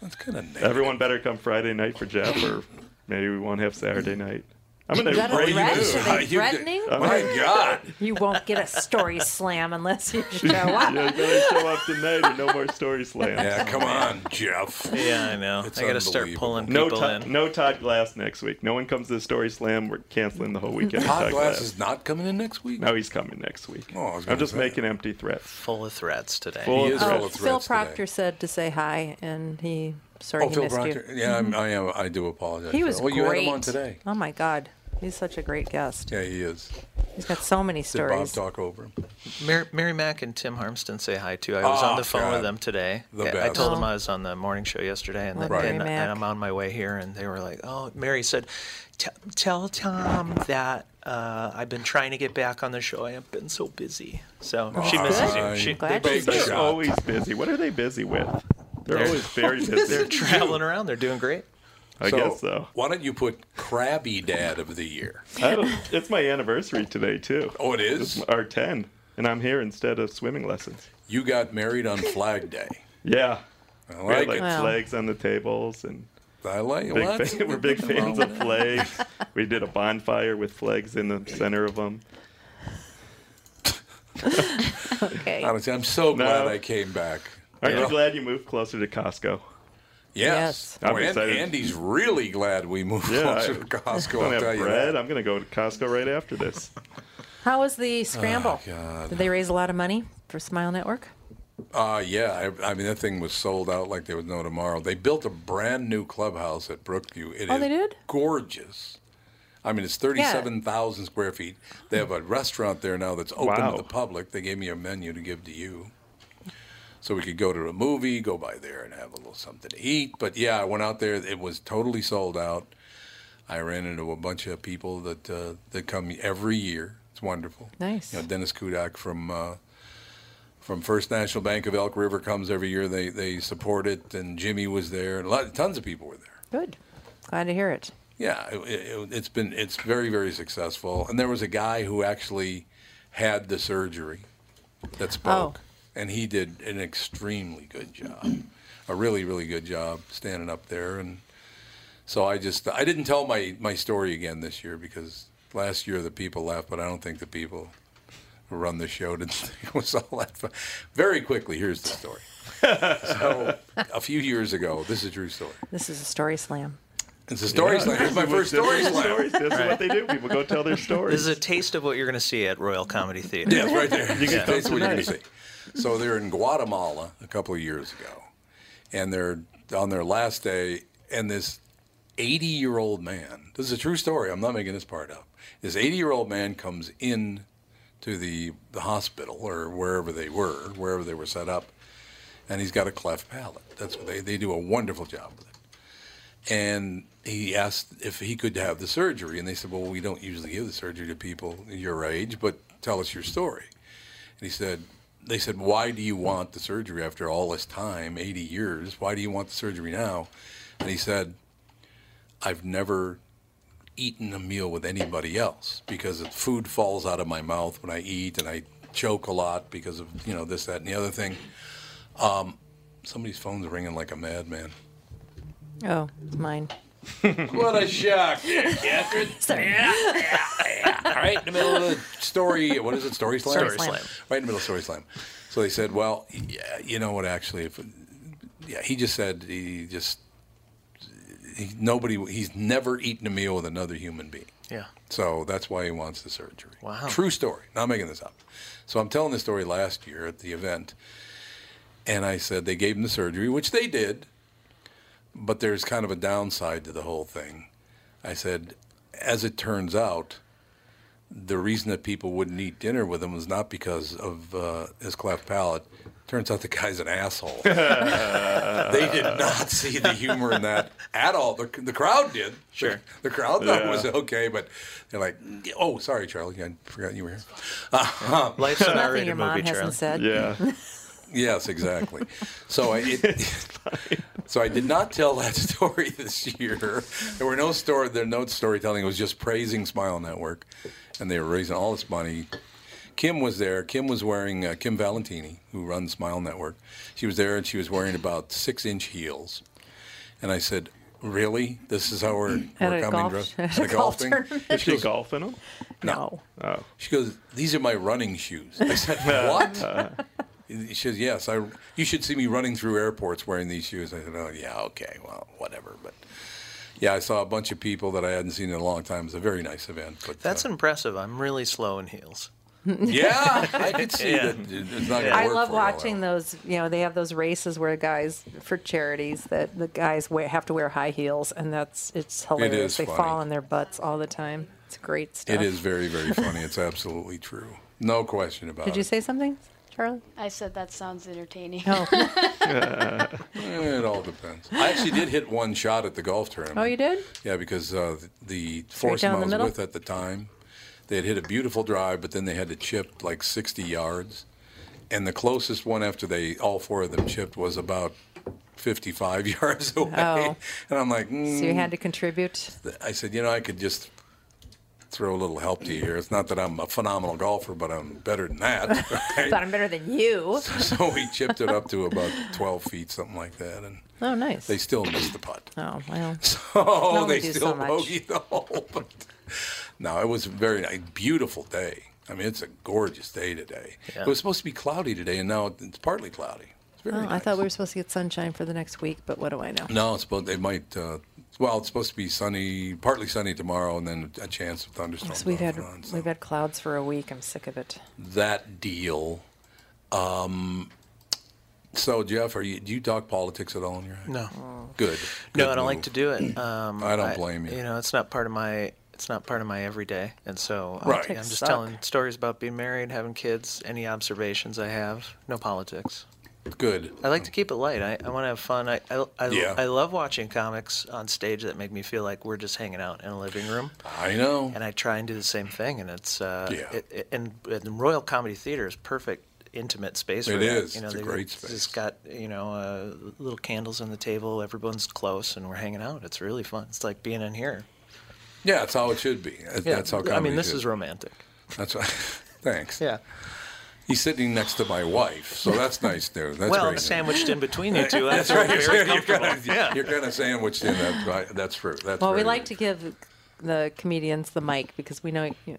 S5: That's kind of nice.
S9: Everyone better come Friday night for Jeff, or maybe we won't have Saturday night. I'm
S2: You
S9: gonna
S2: gotta
S9: break
S2: threat- are they threatening?
S5: My God.
S2: You won't get a story slam unless you show
S9: yeah,
S2: up.
S9: you better show up tonight, or no more story slams.
S5: Yeah, come on, Jeff.
S8: Yeah, I know. I gotta start pulling
S9: No,
S8: people
S9: Todd- no Todd Glass next week. No one comes to the story slam. We're canceling the whole weekend.
S5: Todd Glass is not coming in next week.
S9: No, he's coming next week.
S5: Oh, I was
S9: I'm
S5: gonna
S9: just
S5: say.
S9: making empty threats.
S8: Full of threats today.
S9: Full of
S2: Oh,
S9: threats.
S2: Phil Proctor said to say hi, and he sorry
S5: oh,
S2: he
S5: Phil
S2: missed
S5: Proctor.
S2: you.
S5: Yeah, I'm, I am. I do apologize.
S2: He
S5: for
S2: was
S5: that. Well, you had
S2: great.
S5: him on today.
S2: Oh my God, he's such a great guest.
S5: Yeah, he is.
S2: He's got so many stories.
S5: Did Bob talk over him?
S8: Mary, Mary Mack and Tim Harmston say hi too. I was
S5: Oh,
S8: on the phone
S5: God.
S8: with them today.
S5: The
S8: I- I
S5: best.
S8: told
S5: Oh.
S8: them I was on the morning show yesterday, and,
S5: Love
S8: then,
S5: Mary
S8: and,
S5: Mack.
S8: and I'm on my way here. And they were like, "Oh," Mary said, "Te- "Tell Tom that uh, I've been trying to get back on the show. I have been so busy." So
S5: Oh,
S8: she misses you. She,
S9: they're they're always busy. What are they busy with? They're, always very busy.
S8: They're traveling around. They're doing great.
S9: I guess so.
S5: Why don't you put Krabby Dad of the Year?
S9: I don't, it's my anniversary today too.
S5: Oh, it is?
S9: It's our 10, and I'm here instead of swimming lessons.
S5: You got married on Flag Day.
S9: Yeah,
S5: I
S9: we
S5: like
S9: had
S5: it.
S9: like
S5: Wow.
S9: flags on the tables, and
S5: I like
S9: big
S5: well, that's-
S9: fan- we're big
S5: nothing
S9: fans
S5: wrong
S9: of
S5: with
S9: flags. we did a bonfire with flags in the center of them.
S2: okay.
S5: Honestly, I'm so glad I came back.
S9: Aren't
S5: Yeah.
S9: you glad you moved closer to Costco?
S5: Yes.
S9: I'm
S5: Oh, and
S9: excited.
S5: Andy's really glad we moved
S9: Yeah,
S5: closer
S9: I-
S5: to Costco.
S9: Don't
S5: I'll
S9: have
S5: tell you
S9: bread.
S5: that.
S9: I'm gonna go to Costco right after this.
S2: How was the scramble?
S5: Oh, God.
S2: Did they raise a lot of money for Smile Network?
S5: Uh, yeah, I, I mean that thing was sold out like there was no tomorrow. They built a brand new clubhouse at Brookview. It
S2: Oh,
S5: is
S2: they did?
S5: Gorgeous. I mean, it's thirty-seven thousand square feet. They have a restaurant there now that's open
S9: Wow.
S5: to the public. They gave me a menu to give to you, so we could go to a movie, go by there, and have a little something to eat. But yeah, I went out there. It was totally sold out. I ran into a bunch of people that uh, that come every year. It's wonderful.
S2: Nice.
S5: You know, Dennis Kudak from uh, from First National Bank of Elk River comes every year. They they support it, and Jimmy was there, and a lot, tons of people were there.
S2: Good. Glad to hear it.
S5: Yeah, it, it, it's been it's very very successful. And there was a guy who actually had the surgery that spoke, and he did an extremely good job, a really really good job standing up there. And so I just I didn't tell my my story again this year because last year the people left, but I don't think the people who run the show didn't think it was all that fun. Very quickly, here's the story. so a few years ago, this is a true story.
S2: This is a story slam.
S5: It's a story
S9: Yeah,
S5: slam.
S9: this
S5: It's my
S9: is what-
S5: first
S9: this
S5: story
S9: is
S5: slam.
S9: stories. This is what they do. People go tell their stories.
S8: This is a taste of what you're going to see at Royal Comedy Theater.
S5: Yeah, it's right there.
S8: You
S5: Yeah, that's what you're gonna see. So they're in Guatemala a couple of years ago, and they're on their last day, and this 80 year old man. This is a true story. I'm not making this part up. This 80 year old man comes in to the, the hospital or wherever they were, wherever they were set up, and he's got a cleft palate. That's what they, they do a wonderful job with it. And he asked if he could have the surgery, and they said, Well, we don't usually give the surgery to people your age, but tell us your story. And he said, they said, why do you want the surgery after all this time, 80 years? Why do you want the surgery now? And he said, I've never eaten a meal with anybody else because if food falls out of my mouth when I eat and I choke a lot because of you know this that and the other thing. Um, somebody's phone's ringing like a madman.
S2: Oh, it's mine.
S5: what a shock! Yeah, Catherine.
S2: Sorry.
S5: right in the middle of the story. What is it? Story slam.
S8: Story slam.
S5: Right in the middle of story slam. So they said, "Well, yeah, you know what? Actually, if yeah, he just said he just he, nobody. He's never eaten a meal with another human being.
S8: Yeah.
S5: So that's why he wants the surgery.
S8: Wow.
S5: True story. Not making this up. So I'm telling this story last year at the event, and I said they gave him the surgery, which they did, but there's kind of a downside to the whole thing. I said, as it turns out, the reason that people wouldn't eat dinner with him was not because of uh, his cleft palate. Turns out the guy's an asshole. they did not see the humor in that at all. The, the crowd did. Sure. The, crowd thought it was
S8: Yeah.
S5: okay, but they're like, oh, sorry, Charlie. I forgot you were here. Uh,
S8: Life's an Nothing R-rated your mom movie, hasn't Charlie. said. Yeah.
S5: yes, exactly. So I, it, so I did not tell that story this year. There were no story, there were no storytelling. It was just praising Smile Network, and they were raising all this money. Kim was there. Kim was wearing uh, Kim Valentini, who runs Smile Network. She was there, and she was wearing about six-inch heels. And I said, "Really? This is how we're,
S9: At
S5: we're
S9: a
S5: coming
S9: golf-
S5: dressed
S9: at a golf tournament. Is she
S5: golfing them? No.
S9: Oh. Uh.
S5: She goes, "These are my running shoes." I said, "What?" she says, "Yes, I. You should see me running through airports wearing these shoes." I said, "Oh yeah, okay, well, whatever." But yeah, I saw a bunch of people that I hadn't seen in a long time. It was a very nice event. But uh,
S8: That's impressive. I'm really slow in heels.
S5: yeah, I could see that it's not going to
S2: I
S5: work
S2: love
S5: for a while.
S2: watching those. You know, they have those races where guys for charities that the guys wear, have to wear high heels, and that's it's hilarious.
S5: is
S2: they
S5: funny.
S2: fall on their butts all the time. It's great stuff.
S5: It is very, very funny. It's absolutely true. No question about
S2: Did you
S5: it.
S2: say something, Charlie?
S3: I said that sounds entertaining.
S5: it all depends. I actually did hit one shot at the golf tournament.
S2: Oh, you did?
S5: Yeah, because uh, the
S2: down
S5: foursome I
S2: the
S5: was
S2: middle?
S5: with at the time, they had hit a beautiful drive, but then they had to chip like 60 yards, and the closest one after they all four of them chipped was about 55 yards away,
S2: Oh.
S5: and I'm like, mm.
S2: So you had to contribute.
S5: I said, you know, I could just throw a little help to you here. It's not that I'm a phenomenal golfer, but I'm better than that. right?
S2: But I'm better than you.
S5: so we chipped it up to about 12 feet, something like that, and
S2: Oh, nice.
S5: they still missed the putt.
S2: Oh well.
S5: Oh,
S2: Can only
S5: they
S2: do so
S5: still
S2: much.
S5: bogeyed the hole. But no, it was a very nice, beautiful day. I mean, it's a gorgeous day today.
S2: Yeah.
S5: It was supposed to be cloudy today, and now it's partly cloudy. It's very
S2: Oh, I
S5: nice.
S2: thought we were supposed to get sunshine for the next week, but what do I know?
S5: No, it's supposed they might. Uh, well, it's supposed to be sunny, partly sunny tomorrow, and then a chance of thunderstorms.
S2: So we've had
S5: off and on.
S2: we've had clouds for a week. I'm sick of it.
S5: that deal. Um, so, Jeff, are you, do you talk politics at all in your house?
S8: No.
S5: Good.
S8: No,
S5: Good
S8: I don't like
S5: move.
S8: to do it. Um,
S5: I don't blame you.
S8: You know, it's not part of my it's not part of my everyday, and so I'm-
S5: Right.
S8: I'm, just
S5: Suck.
S8: telling stories about being married, having kids, any observations I have. No politics.
S5: Good.
S8: I like to keep it light. I, I want to have fun. I I, I,
S5: Yeah.
S8: I love watching comics on stage that make me feel like we're just hanging out in a living room.
S5: I know.
S8: And I try and do the same thing, and it's uh,
S5: Yeah.
S8: It, it- and, and Royal Comedy Theater is perfect intimate space.
S5: It
S8: for that.
S5: is.
S8: You know,
S5: It's a
S8: they've
S5: great
S8: Just got you know uh, little candles on the table. Everyone's close, and we're hanging out. It's really fun. It's like being in here.
S5: Yeah, that's how it should be. That's
S8: Yeah,
S5: how.
S8: I mean,
S5: comedy
S8: this
S5: should
S8: is
S5: be.
S8: romantic.
S5: That's right. Thanks.
S8: Yeah.
S5: He's sitting next to my wife, so that's nice, dude. That's
S8: well,
S5: great.
S8: sandwiched in between you two,
S5: that's
S8: I feel
S5: right.
S8: very
S5: you're
S8: comfortable.
S5: kind of,
S8: Yeah.
S5: you're kind of sandwiched in. That's right. That's true. That's
S2: well, we
S5: very
S2: like to give the comedians the mic because we know you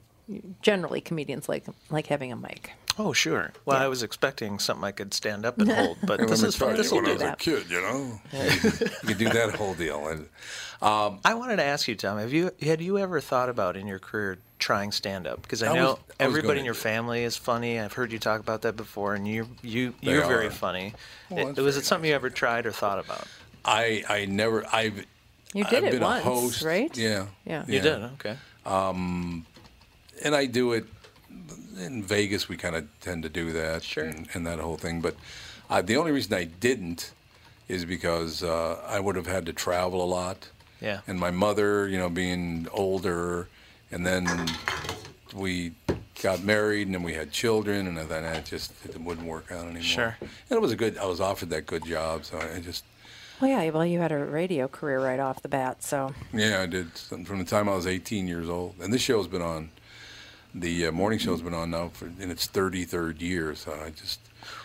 S2: generally comedians like like having a mic.
S8: Oh, sure. Well, I was expecting something I could stand up and hold, but
S5: Hey, let
S8: this
S5: me
S8: is
S5: tell
S8: fun.
S5: you,
S8: This will
S5: when I
S8: do
S5: was a
S8: that.
S5: kid, you know, you could do that whole deal. And, um,
S8: I wanted to ask you, Tom. Have you had you ever thought about in your career trying stand up? Because I,
S5: I
S8: know
S5: was- I was
S8: everybody
S5: gonna
S8: in your family is funny. I've heard you talk about that before, and you you
S5: They
S8: you're
S5: are.
S8: very funny.
S5: Well,
S8: It-
S5: that's
S8: was
S5: very
S8: it something you ever tried or thought about?
S5: I I never I've
S2: You did
S5: I've
S2: it
S5: been
S2: once,
S5: a host,
S2: right?
S5: Yeah.
S2: Yeah.
S8: You did, okay.
S5: Um, and I do it in Vegas. We kind of tend to do that, sure, and, and that whole thing. But uh, the only reason I didn't is because uh, I would have had to travel a lot.
S8: Yeah.
S5: And my mother, you know, being older, and then we got married, and then we had children, and then I just it wouldn't work out anymore.
S8: Sure.
S5: And it was a good. I was offered that good job, so I just
S2: Well, yeah. Well, you had a radio career right off the bat, so
S5: Yeah, I did. Something From the time I was 18 years old. And this show's been on, the uh, morning show's been on now for in its 33rd year. So I just,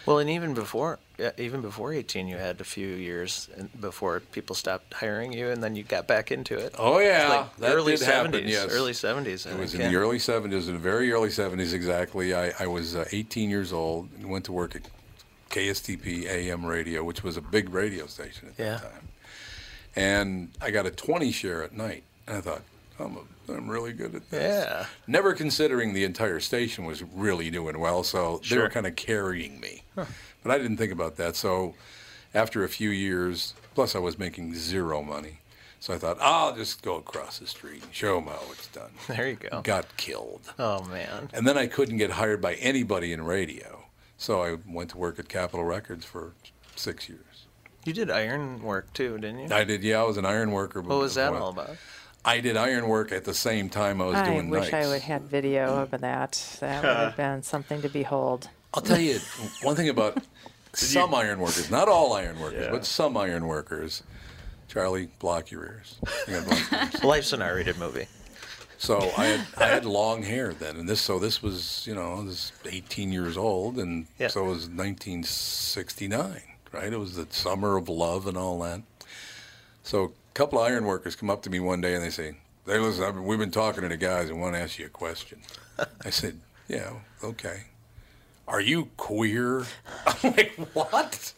S8: Well, and even before, yeah, even before 18, you had a few years in- before people stopped hiring you, and then you got back into it.
S5: Oh yeah,
S8: Like
S5: that
S8: early
S5: did happen.
S8: 70s,
S5: Yes,
S8: early 70s. I
S5: It was
S8: think,
S5: in the
S8: yeah.
S5: early 70s, in the very early 70s exactly. I, I was uh, 18 years old and went to work at KSTP AM radio, which was a big radio station at
S8: Yeah.
S5: that time. And I got a 20 share at night, and I thought, I'm a, I'm really good at this.
S8: Yeah.
S5: Never considering the entire station was really doing well, so they
S8: Sure.
S5: were kind of carrying me.
S8: Huh.
S5: But I didn't think about that. So after a few years, plus I was making zero money. So I thought, "Ah, I'll just go across the street and show them how it's done.
S8: There you go.
S5: Got killed.
S8: Oh man.
S5: And then I couldn't get hired by anybody in radio. So I went to work at Capitol Records for six years.
S8: You did iron work too, didn't you?
S5: I did, yeah, I was an iron worker.
S8: What was that
S5: before-
S8: all about?
S5: I did iron work at the same time I was
S2: I
S5: doing
S2: wish
S5: nights.
S2: I would have video of that. That would have been something to behold.
S5: I'll tell you one thing about some iron workers, not all iron workers, but some iron workers. Charlie, block your ears. You got block your ears.
S8: Life's an R-rated movie.
S5: So I had I had long hair then, and this so this was you know I was 18 years old, and so it was 1969, right? It was the summer of love and all that. So a couple of iron workers come up to me one day and they say, "Hey, listen, I've been, we've been talking to the guys and want to ask you a question." I said, "Yeah, okay." Are you queer? I'm like, what?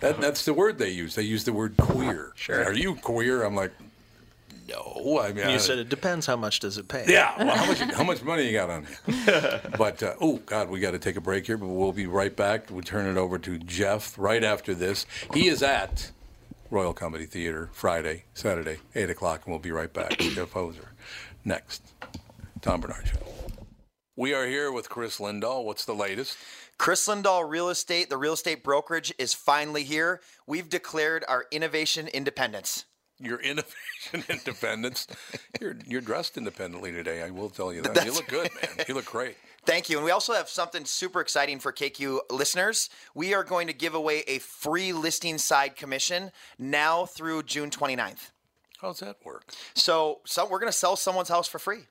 S5: That, that's the word they use. They use the word queer. Sure. Are you queer? I'm like, no. I mean, I-
S8: you said it depends. How much does it pay?
S5: yeah. Well, how much how much money you got on you? but uh, oh God, we got to take a break here, but we'll be right back. We'll turn it over to Jeff right after this. He is at Royal Comedy Theater Friday, Saturday, eight o'clock, and we'll be right back. Jeff Hoser, next. Tom Bernard Show. We are here with Chris Lindahl. What's the latest?
S10: Chris Lindahl Real Estate, the real estate brokerage, is finally here. We've declared our innovation independence.
S5: Your innovation independence. You're you're dressed independently today. I will tell you
S10: Th-
S5: that. You
S10: that's-
S5: look good, man. You look great.
S10: Thank you. And we also have something super exciting for KQ listeners. We are going to give away a free listing side commission now through June 29th.
S5: How's that work?
S10: So, so we're going to sell someone's house for free.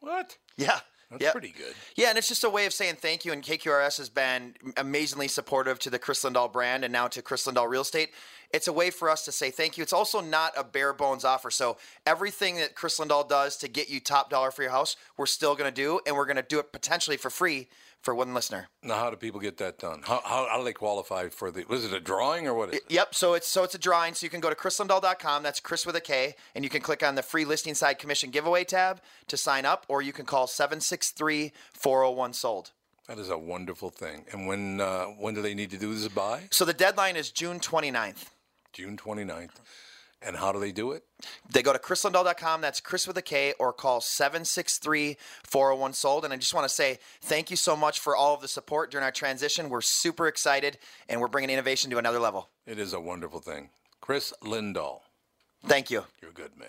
S5: What?
S10: Yeah.
S5: That's
S10: Yep.
S5: pretty good.
S10: Yeah, and it's just a way of saying thank you. And KQRS has been amazingly supportive to the Chris Lindahl brand and now to Chris Lindahl Real Estate. It's a way for us to say thank you. It's also not a bare bones offer. So everything that Chris Lindahl does to get you top dollar for your house, we're still going to do, and we're going to do it potentially for free for one listener.
S5: Now, how do people get that done? How, how, how do they qualify for the? Was it a drawing or what? Is it?
S10: Yep. So it's so it's a drawing. So you can go to chrislindahl.com. That's Chris with a K, and you can click on the free listing side commission giveaway tab to sign up, or you can call 763-401 sold.
S5: That is a wonderful thing. And when uh, when do they need to do this by?
S10: So the deadline is June 29th.
S5: June 29th. And how do they do it?
S10: They go to chrislindahl.com. That's Chris with a K or call 763 401 sold. And I just want to say thank you so much for all of the support during our transition. We're super excited and we're bringing innovation to another level.
S5: It is a wonderful thing. Chris Lindahl.
S10: Thank you.
S5: You're a good man.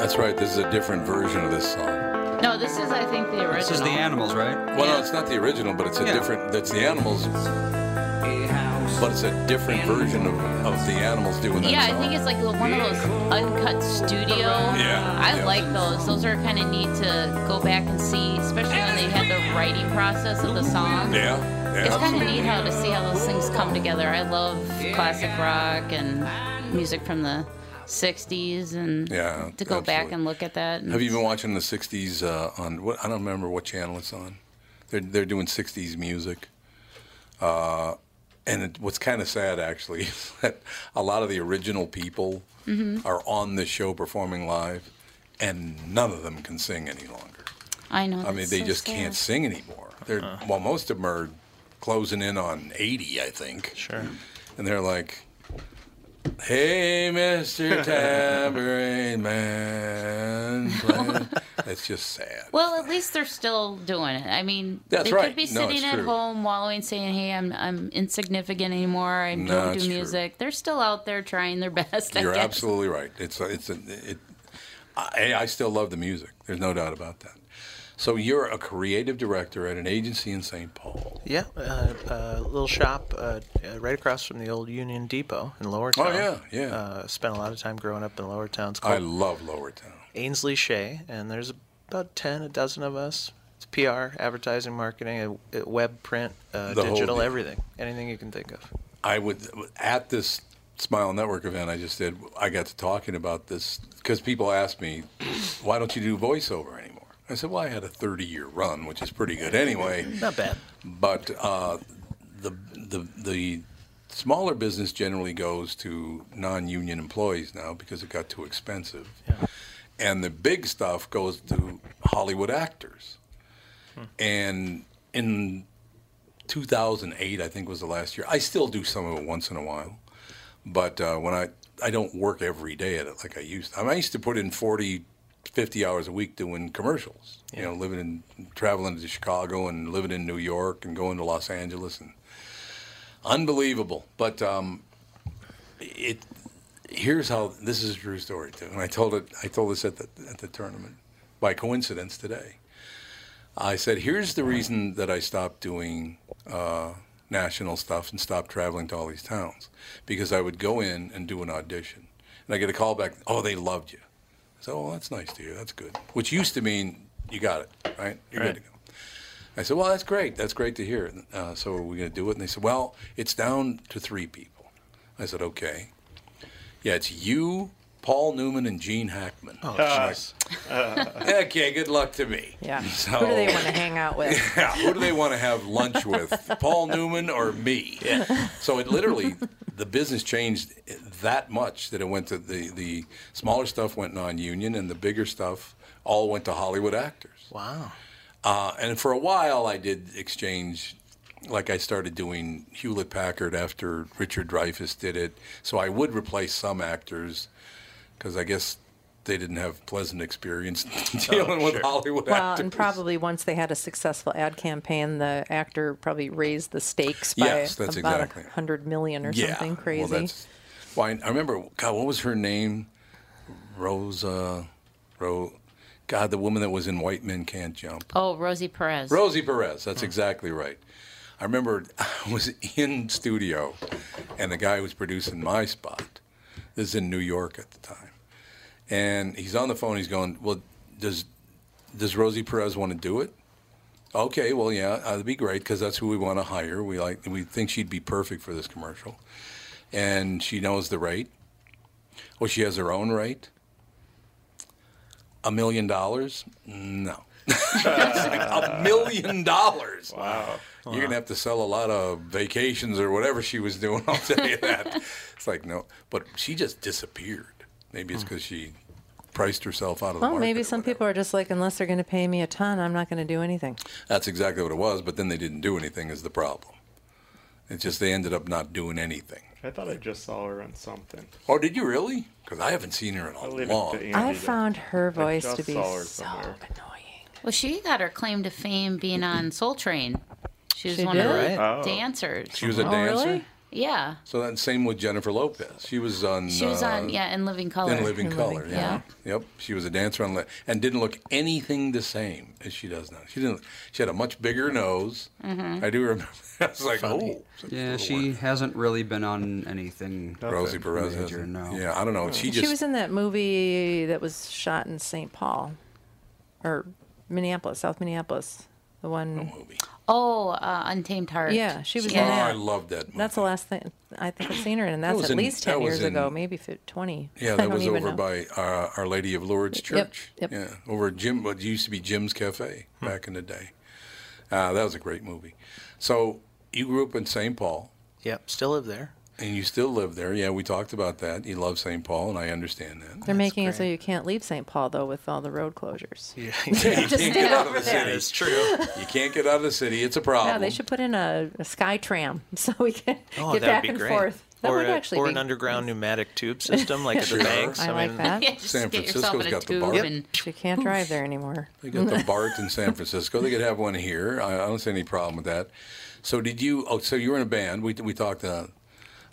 S5: That's right. This is a different version of this song.
S4: No, this is I think the original.
S7: This is the Animals, right?
S5: Well, no, it's not the original, but it's a
S7: Yeah.
S5: different. That's the Animals, but it's a different version of, of the Animals doing that
S4: Yeah,
S5: song.
S4: I think it's like one of those uncut studio.
S5: Yeah,
S4: I
S5: yeah.
S4: like those. Those are kind of neat to go back and see, especially when they had the writing process of the song.
S5: Yeah, yeah.
S4: It's kind of neat how to see how those things come together. I love classic rock and music from the 60s and
S5: Yeah,
S4: to go back
S5: absolutely.
S4: and look at that. and-
S5: Have you been watching the '60s uh, on? What, I don't remember what channel it's on. They're they're doing '60s music, uh, and it, what's kind of sad actually is that a lot of the original people
S4: Mhm.
S5: are on this show performing live, and none of them can sing any longer.
S4: I know.
S5: I mean,
S4: that's
S5: they
S4: so
S5: just
S4: sad.
S8: Uh-huh.
S5: can't sing anymore. They're well, most of them are closing in on 80, I think.
S8: Sure.
S5: And they're like, hey, Mr. Tambourine Man. play-" That's just sad.
S4: Well, at least they're still doing it. I mean,
S5: That's
S4: they
S5: right.
S4: could be
S5: No,
S4: sitting
S5: it's
S4: at
S5: true.
S4: home wallowing, saying, "Hey, I'm I'm insignificant anymore. I
S5: No,
S4: don't
S5: it's
S4: do
S5: true.
S4: music." They're still out there trying their best. I
S5: You're
S4: guess.
S5: absolutely right. It's a, it's a, it. I, I still love the music. There's no doubt about that. So you're a creative director at an agency in St. Paul.
S8: Yeah, uh, a little shop uh, uh, right across from the old Union Depot in Lower Town.
S5: Oh, yeah, yeah.
S8: Uh, spent a lot of time growing up in Lower Town. It's
S5: I
S8: called
S5: love Lower Town.
S8: Ainsley Shea, and there's about 10, a dozen of us. It's PR, advertising, marketing, uh, uh, web, print, uh,
S5: The whole
S8: digital,
S5: deal.
S8: everything. Anything you can think of.
S5: I would at this Smile Network event I just did. I got to talking about this because people asked me, "Why don't you do voiceover anymore?" I said, "Well, I had a 30-year run, which is pretty good anyway.
S8: Not bad.
S5: But uh, the the the smaller business generally goes to non-union employees now because it got too expensive, and the big stuff goes to Hollywood actors. And in 2008, I think was the last year. I still do some of it once in a while, but uh, when I I don't work every day at it like I used. I, mean, I used to put in 40, 50 hours a week doing commercials. You know, living in traveling to Chicago and living in New York and going to Los Angeles and unbelievable. But um, it here's how this is a true story too, and I told it I told this at the at the tournament by coincidence today. I said, here's the reason that I stopped doing uh, national stuff and stopped traveling to all these towns because I would go in and do an audition, and I get a call back, oh, they loved you. I said, well, that's nice to hear. That's good. Which used to mean you got it, right? You're
S8: Right.
S5: good to go. I said, well, that's great. That's great to hear. Uh, so are we going to do it? And they said, well, it's down to three people. I said, okay. Yeah, it's you, Paul Newman, and Gene Hackman.
S8: Oh,
S5: I'm
S8: jeez.
S5: like, okay, good luck to me.
S2: Yeah.
S5: So-
S2: Who do they want to hang out with?
S5: Oh. yeah, who do they want to have lunch with? Paul Newman or me? So it literally, the business changed that much that it went to the, the smaller stuff went non union and the bigger stuff all went to Hollywood actors.
S8: Wow.
S5: Uh, and for a while, I did exchange, like I started doing Hewlett Packard after Richard Dreyfuss did it. So I would replace some actors because I guess they didn't have pleasant experience dealing with
S8: sure.
S5: Hollywood
S2: Well,
S5: actors.
S2: and probably once they had a successful ad campaign, the actor probably raised the stakes by
S5: Yes, that's
S2: about
S5: exactly.
S2: hundred million or something crazy.
S5: Well, that's why I remember. God, what was her name? Rosa, Ro. God, the woman that was in White Men Can't Jump.
S4: Oh, Rosie Perez.
S5: Rosie Perez. That's exactly right. I remember I was in studio, and the guy who was producing my spot. This is in New York at the time, and he's on the phone. He's going, "Well, does does Rosie Perez want to do it?" Okay, well, yeah, that'd be great because that's who we want to hire. We like, we think she'd be perfect for this commercial, and she knows the rate. Well, she has her own rate. A million dollars? No. It's like a million dollars. Wow. You're gonna have to sell a lot of vacations or whatever she was doing. I'll tell you that. it's like no, but she just disappeared. Maybe it's because she priced herself out of the
S2: well,
S5: market.
S2: maybe some people are just like, unless they're going to pay me a ton, I'm not going to do anything.
S5: That's exactly what it was, but then they didn't do anything is the problem. It's just they ended up not doing anything.
S9: I thought I just saw her on something.
S5: Oh, did you really? Because I haven't seen her in a
S9: leave it to
S5: long.
S9: Andy
S2: I found her voice to be so.
S5: somewhere.
S4: Well, she got her claim to fame being on Soul Train. She was
S2: She
S4: one of
S5: did?
S4: the
S5: Right. Oh.
S4: dancers.
S5: She was a Oh, dancer? really?
S4: Yeah.
S5: So that same with Jennifer Lopez. She was on.
S4: She was
S5: uh,
S4: on, yeah, in Living Color.
S5: In Living Color, yeah. Yep. She was a dancer on, Li- and didn't look anything the same as she does now. She didn't. She had a much bigger nose.
S2: Mm-hmm.
S4: Mhm.
S5: I do remember. I was like, oh,
S7: Yeah, she hasn't really been on anything.
S5: Rosie Perez.
S7: major,
S5: hasn't-
S7: no.
S5: Yeah, I don't know. She
S2: She
S5: just
S2: was in that movie that was shot in St. Paul, or Minneapolis, South Minneapolis. The one.
S4: Oh, uh, Untamed Heart.
S2: Yeah, she was
S5: Oh,
S2: in that.
S5: I love that movie.
S2: That's the last thing I think I've seen her in, and
S5: That
S2: that's
S5: was
S2: at
S5: in-
S2: least
S5: that
S2: ten years
S5: was in-
S2: ago, maybe fif- twenty.
S5: Yeah,
S2: I
S5: that
S2: don't
S5: was
S2: even
S5: over
S2: know.
S5: by uh, Our Lady of Lourdes
S2: Yep,
S5: Church.
S2: yep.
S5: Yeah, over at Jim, what used to be Jim's Cafe
S8: Hmm.
S5: back in the day. Uh, that was a great movie. So you grew up in St. Paul.
S8: Yep, still live there.
S5: And you still live there. Yeah, we talked about that. You love St. Paul, and I understand that.
S2: They're making it so you can't leave St. Paul though with all the road closures.
S5: Yeah,
S2: Just stay over there.
S5: It's true. You can't get out of the city. It's a problem.
S2: Yeah, they should put in a, a sky tram so we can
S8: Oh,
S2: get
S8: that'd
S2: back
S8: be
S2: and
S8: great.
S2: forth. That
S8: or
S2: would
S8: a-
S2: actually
S8: or
S2: be
S8: an underground pneumatic tube system like at the
S5: Sure.
S8: banks.
S2: I like that. Yeah,
S5: just San get yourself Francisco's in a got the tube bar. and-
S2: You can't drive there anymore.
S5: They got the BART in San Francisco. They could have one here. I, I don't see any problem with that. So did you? Oh, so you were in a band. We we talked uh,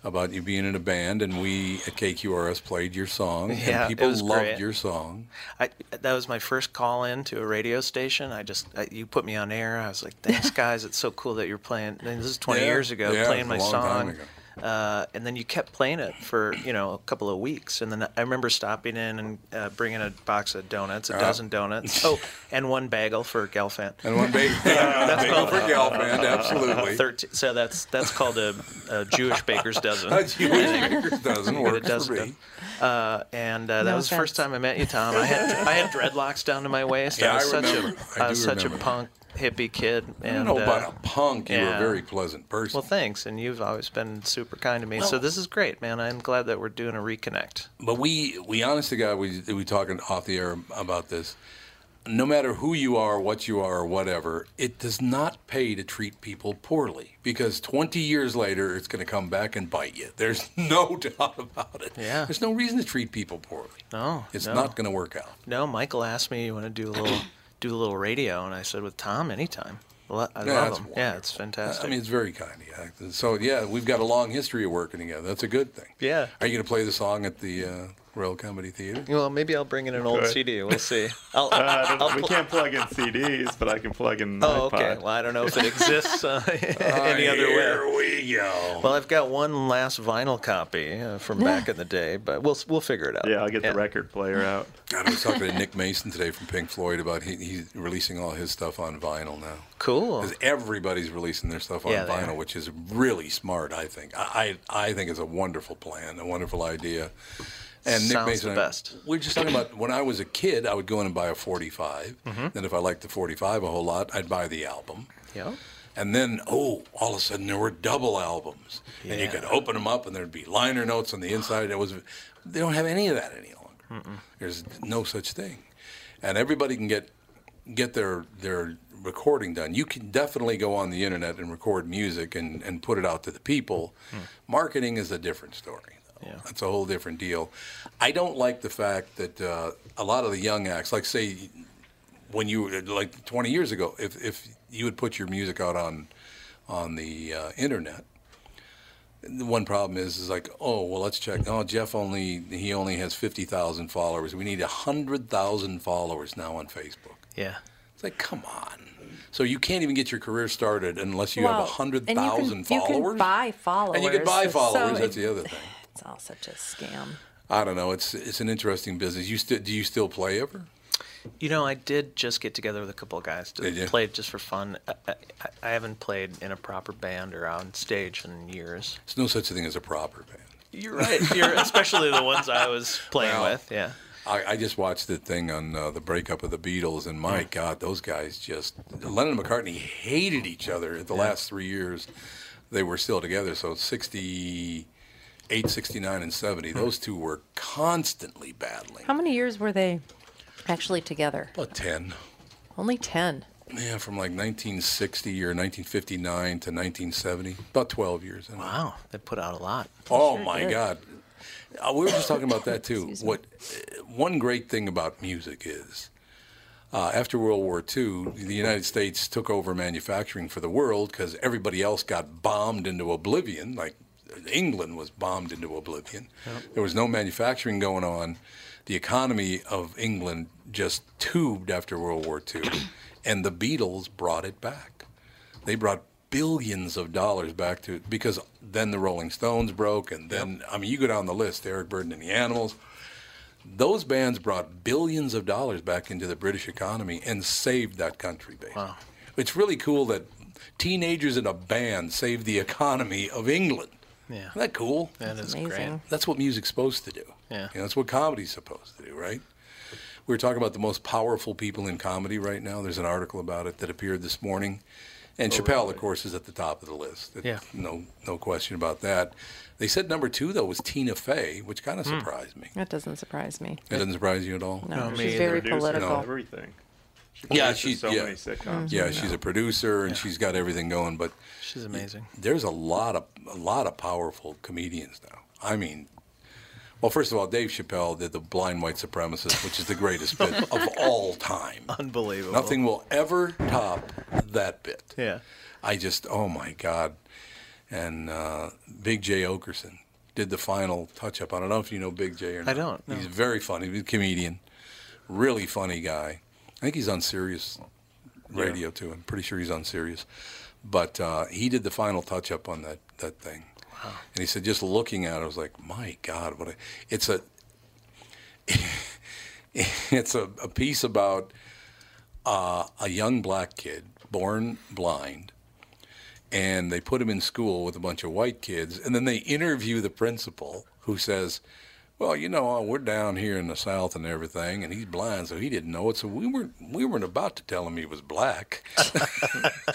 S5: about you being in a band, and we at KQRS played your song,
S8: Yeah,
S5: and
S8: it
S5: people
S8: was
S5: loved
S8: great.
S5: your song.
S8: I, that was my first call in to a radio station. I just I, you put me on air. I was like, thanks guys, it's so cool that you're playing. And this is 20
S5: Yeah,
S8: years ago,
S5: yeah,
S8: playing
S5: it
S8: my
S5: was a long time
S8: song.
S5: ago.
S8: Uh, and then you kept playing it for you know a couple of weeks, and then I remember stopping in and uh, bringing a box of donuts, a
S5: Ah.
S8: dozen donuts. Oh, and one bagel for Gelfand.
S5: And one bagel-
S8: that's
S5: bagel
S8: called
S5: for Gelfand, absolutely.
S8: 13, so that's that's called a, a Jewish baker's dozen.
S5: A Jewish baker's dozen
S8: You get a
S5: works for
S8: dozen
S5: me.
S8: donuts. Uh, and uh, that
S5: No
S8: was the first
S5: offense.
S8: time I met you, Tom. I had I had dreadlocks down to my waist.
S5: Yeah,
S8: I was
S5: I
S8: such
S5: remember.
S8: a
S5: I
S8: was
S5: do
S8: such
S5: remember.
S8: a punk hippie kid.
S5: I
S8: And,
S5: don't know about
S8: uh,
S5: a punk. You were
S8: yeah.
S5: a very pleasant person.
S8: Well, thanks, and you've always been super kind to me. so
S5: Well-
S8: this is great, man. I'm glad that we're doing a reconnect.
S5: But we, we honest to God, we we talking off the air about this. No matter who you are, what you are, or whatever, it does not pay to treat people poorly because 20 years later, it's going to come back and bite you. There's no doubt about it. Yeah. There's no reason to treat people poorly.
S8: No,
S5: It's
S8: no.
S5: not going to work out.
S8: No, Michael asked me, "You want to do a little do a little radio?" And I said, "With Tom, anytime. Lo- I
S5: Yeah,
S8: love
S5: that's
S8: him. Yeah, it's fantastic.
S5: I mean, it's very kind of you. So, yeah, we've got a long history of working together. That's a good thing.
S8: yeah.
S5: Are you going to play the song at the uh, Royal Comedy Theater?
S8: Well, maybe I'll bring in an old
S5: Good.
S8: CD. We'll see. I'll,
S9: Uh,
S8: I'll
S9: we
S8: pl-
S9: can't plug in CDs, but I can plug in. an
S8: Oh, okay.
S9: iPod.
S8: Well, I don't know if it exists uh, any other way.
S5: we go.
S8: Well, I've got one last vinyl copy uh, from back in the day, but we'll we'll figure it out.
S9: Yeah, I'll get the record player out.
S5: God, I was talking to Nick Mason today from Pink Floyd about he, he's releasing all his stuff on vinyl now.
S8: Cool.
S5: Because everybody's releasing their stuff on
S8: Yeah, they are.
S5: vinyl, which is really smart. I think. I I, I think it's a wonderful plan, a wonderful idea. And Nick
S8: Sounds
S5: Mason,
S8: the
S5: and I-
S8: best.
S5: we we're just talking about when I was a kid, I would go in and buy a 45.
S8: Mhm.
S5: Then if I liked the 45 a whole lot, I'd buy the album.
S8: Yeah.
S5: And then, oh, all of a sudden there were double albums, and you
S8: Yeah.
S5: could open them up, and there'd be liner notes on the inside. It was they don't have any of that any longer.
S8: Mm-mm.
S5: There's no such thing, and everybody can get get their their recording done. You can definitely go on the internet and record music and, and put it out to the people.
S8: Hmm.
S5: Marketing is a different story. though. That's a whole different deal. I don't like the fact that uh, a lot of the young acts, like say, when you like 20 years ago, if if you would put your music out on on the uh, internet, the one problem is is like, oh well, let's check. Oh, Jeff only he only has 50,000 followers. We need 100,000 followers now on Facebook.
S8: Yeah.
S5: It's like, come on. So you can't even get your career started unless you have
S2: Well,
S5: have 100,000
S2: and you can-
S5: followers.
S2: You can buy followers.
S5: And you can buy
S2: It's
S5: followers.
S2: So,
S5: That's the other thing.
S2: it's all such a scam.
S5: I don't know. It's it's an interesting business. You still do you still play ever?
S8: You know, I did just get together with a couple of guys to
S5: Did you?
S8: play just for fun. I, I, I haven't played in a proper band or on stage in years.
S5: There's no such thing as a proper band.
S8: You're right. You're, especially the ones I was playing
S5: Well,
S8: with. Yeah.
S5: I, I just watched the thing on uh, the breakup of the Beatles, and my God, those guys just Lennon and McCartney hated each other. The
S9: Yeah.
S5: last three years, they were still together. So 68, 69, and 70,
S8: Hmm.
S5: those two were constantly battling.
S2: How many years were they actually together?
S5: About 10.
S2: Only 10.
S5: Yeah, from like 1960 or 1959 to 1970, about 12 years.
S8: Wow, they put out a lot.
S5: Oh
S8: Sure
S5: my
S8: did.
S5: God. Uh, we were just talking about that too. What uh, one great thing about music is, uh, after World War II, the United States took over manufacturing for the world because everybody else got bombed into oblivion. Like England was bombed into oblivion. There was no manufacturing going on. The economy of England just tubed after World War II, and the Beatles brought it back. They brought billions of dollars back to because then the Rolling Stones broke, and then I mean you go down the list: Eric Burden and the Animals. Those bands brought billions of dollars back into the British economy and saved that country. Basically, it's really cool that teenagers in a band saved the economy of England.
S8: Yeah.
S5: Isn't that cool?
S8: That That's is great. amazing.
S5: That's what music's supposed to do.
S8: Yeah.
S5: You know, that's what comedy's supposed to do, right? We were talking about the most powerful people in comedy right now. There's an article about it that appeared this morning, And Chappelle, of course, is at the top of the list. It-
S6: Yeah.
S5: No, no question about that. They said number two though was Tina Fey, which kind of
S2: Hmm.
S5: surprised me.
S2: That doesn't surprise me.
S5: That doesn't surprise you at all.
S2: No, No, she's me very either.
S9: Producer and
S2: political.
S9: Everything. She
S5: yeah,
S9: produces
S5: she's
S9: so
S5: yeah.
S9: many
S8: Mm-hmm.
S9: sitcoms.
S5: Yeah, she's a producer and she's got everything going. But
S8: she's amazing.
S5: There's a lot of a lot of powerful comedians now. I mean, well, first of all, Dave Chappelle did the blind white supremacist, which is the greatest bit of all time.
S8: Unbelievable.
S5: Nothing will ever top that bit.
S8: Yeah.
S5: I just, oh my God. And uh, Big Jay Okerson did the final touch up. I don't know if you know Big Jay or not.
S8: I don't, no.
S5: He's very funny. He's a comedian, really funny guy. I think he's on Sirius radio too. I'm pretty sure he's on Sirius. But uh, he did the final touch up on that, that thing. Wow. And he said, just looking at it, I was like, my God, what a, it's a, it's a, a piece about uh, a young black kid born blind, and they put him in school with a bunch of white kids, and then they interview the principal who says, "Well, you know, uh, we're down here in the South and everything, and he's blind, so he didn't know it. So we weren't we weren't about to tell him he was black,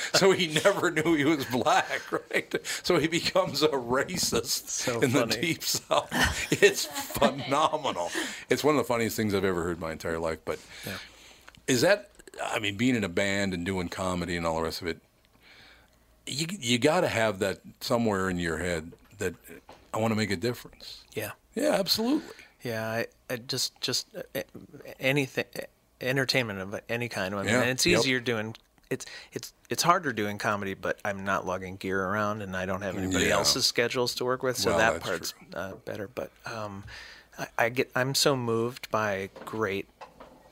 S5: so he never knew he was black, right? So he becomes a racist in the
S8: funny.
S5: deep South. It's phenomenal. It's one of the funniest things I've ever heard in my entire life, but." Is that? I mean, being in a band and doing comedy and all the rest of it, you you got to have that somewhere in your head that uh, I want to make a difference.
S8: Yeah.
S5: Yeah, absolutely.
S8: Yeah, I, I just just uh, uh, anything uh, entertainment of any kind. I mean,
S5: Yeah,
S8: and it's
S5: yep.
S8: easier doing it's it's it's harder doing comedy, but I'm not lugging gear around and I don't have anybody
S5: Yeah.
S8: else's schedules to work with, so
S5: Well,
S8: that
S5: that's
S8: part's uh, better. But um, I, I get I'm so moved by great,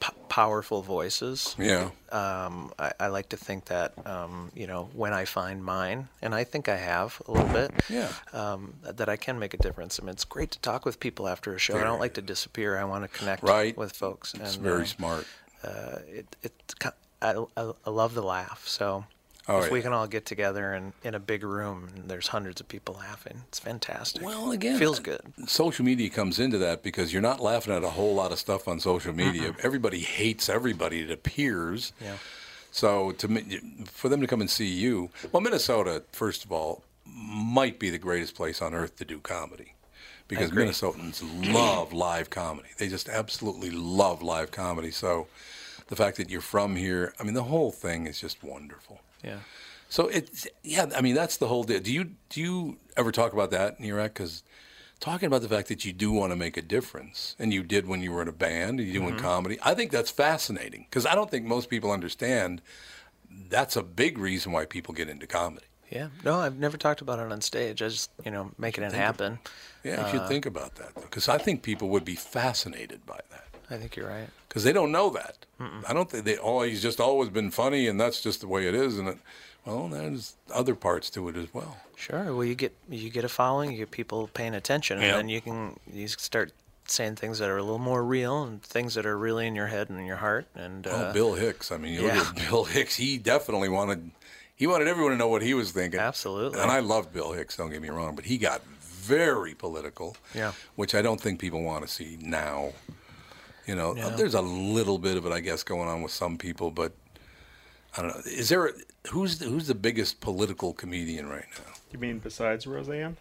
S8: p- powerful voices.
S5: Yeah.
S8: Um, I, I like to think that um, you know when I find mine, and I think I have a little bit.
S5: Yeah.
S8: Um, that I can make a difference. I mean, it's great to talk with people after a show. I
S5: Very.
S8: don't like to disappear. I want to connect
S5: Right.
S8: with folks.
S5: It's very smart.
S8: Uh, it it's ki- I, I, I love the laugh. So
S5: Oh,
S8: if we
S5: yeah.
S8: can all get together and in a big room and there's hundreds of people laughing, it's fantastic.
S5: Well, again,
S8: feels good.
S5: Social media comes into that because you're not laughing at a whole lot of stuff on social media. Everybody hates everybody. It appears.
S8: Yeah.
S5: So to mi- for them to come and see you, well, Minnesota, first of all, might be the greatest place on earth to do comedy because
S8: agree.
S5: Minnesotans love live comedy. They just absolutely love live comedy. So the fact that you're from here, I mean, the whole thing is just wonderful.
S8: Yeah.
S5: So it's yeah. I mean, that's the whole deal. Do you do you ever talk about that in Iraq? Because talking about the fact that you do want to make a difference, and you did when you were in a band, and you do in
S8: Mhm.
S5: comedy. I think that's fascinating because I don't think most people understand. That's a big reason why people get into comedy.
S8: Yeah. No, I've never talked about it on stage. I just you know making it
S5: Think of-
S8: happen.
S5: Yeah, if you
S8: Uh,
S5: think about that, because I think people would be fascinated by that
S8: I think you're right.
S5: because they don't know that. I don't think they. Oh, he's just always been funny, and that's just the way it is. And it, well, there's other parts to it as well.
S8: Sure. Well, you get you get a following, you get people paying attention, and
S5: Yeah.
S8: then you can you start saying things that are a little more real and things that are really in your head and in your heart. And uh,
S5: oh, Bill Hicks. I mean, you
S8: yeah.
S5: look at Bill Hicks. He definitely wanted he wanted everyone to know what he was thinking.
S8: Absolutely.
S5: And I loved Bill Hicks. Don't get me wrong, but he got very political,
S8: Yeah.
S5: which I don't think people want to see now. You know,
S8: Yeah.
S5: there's a little bit of it, I guess, going on with some people, but I don't know. Is there a, who's the, who's the biggest political comedian right now?
S9: You mean besides Roseanne?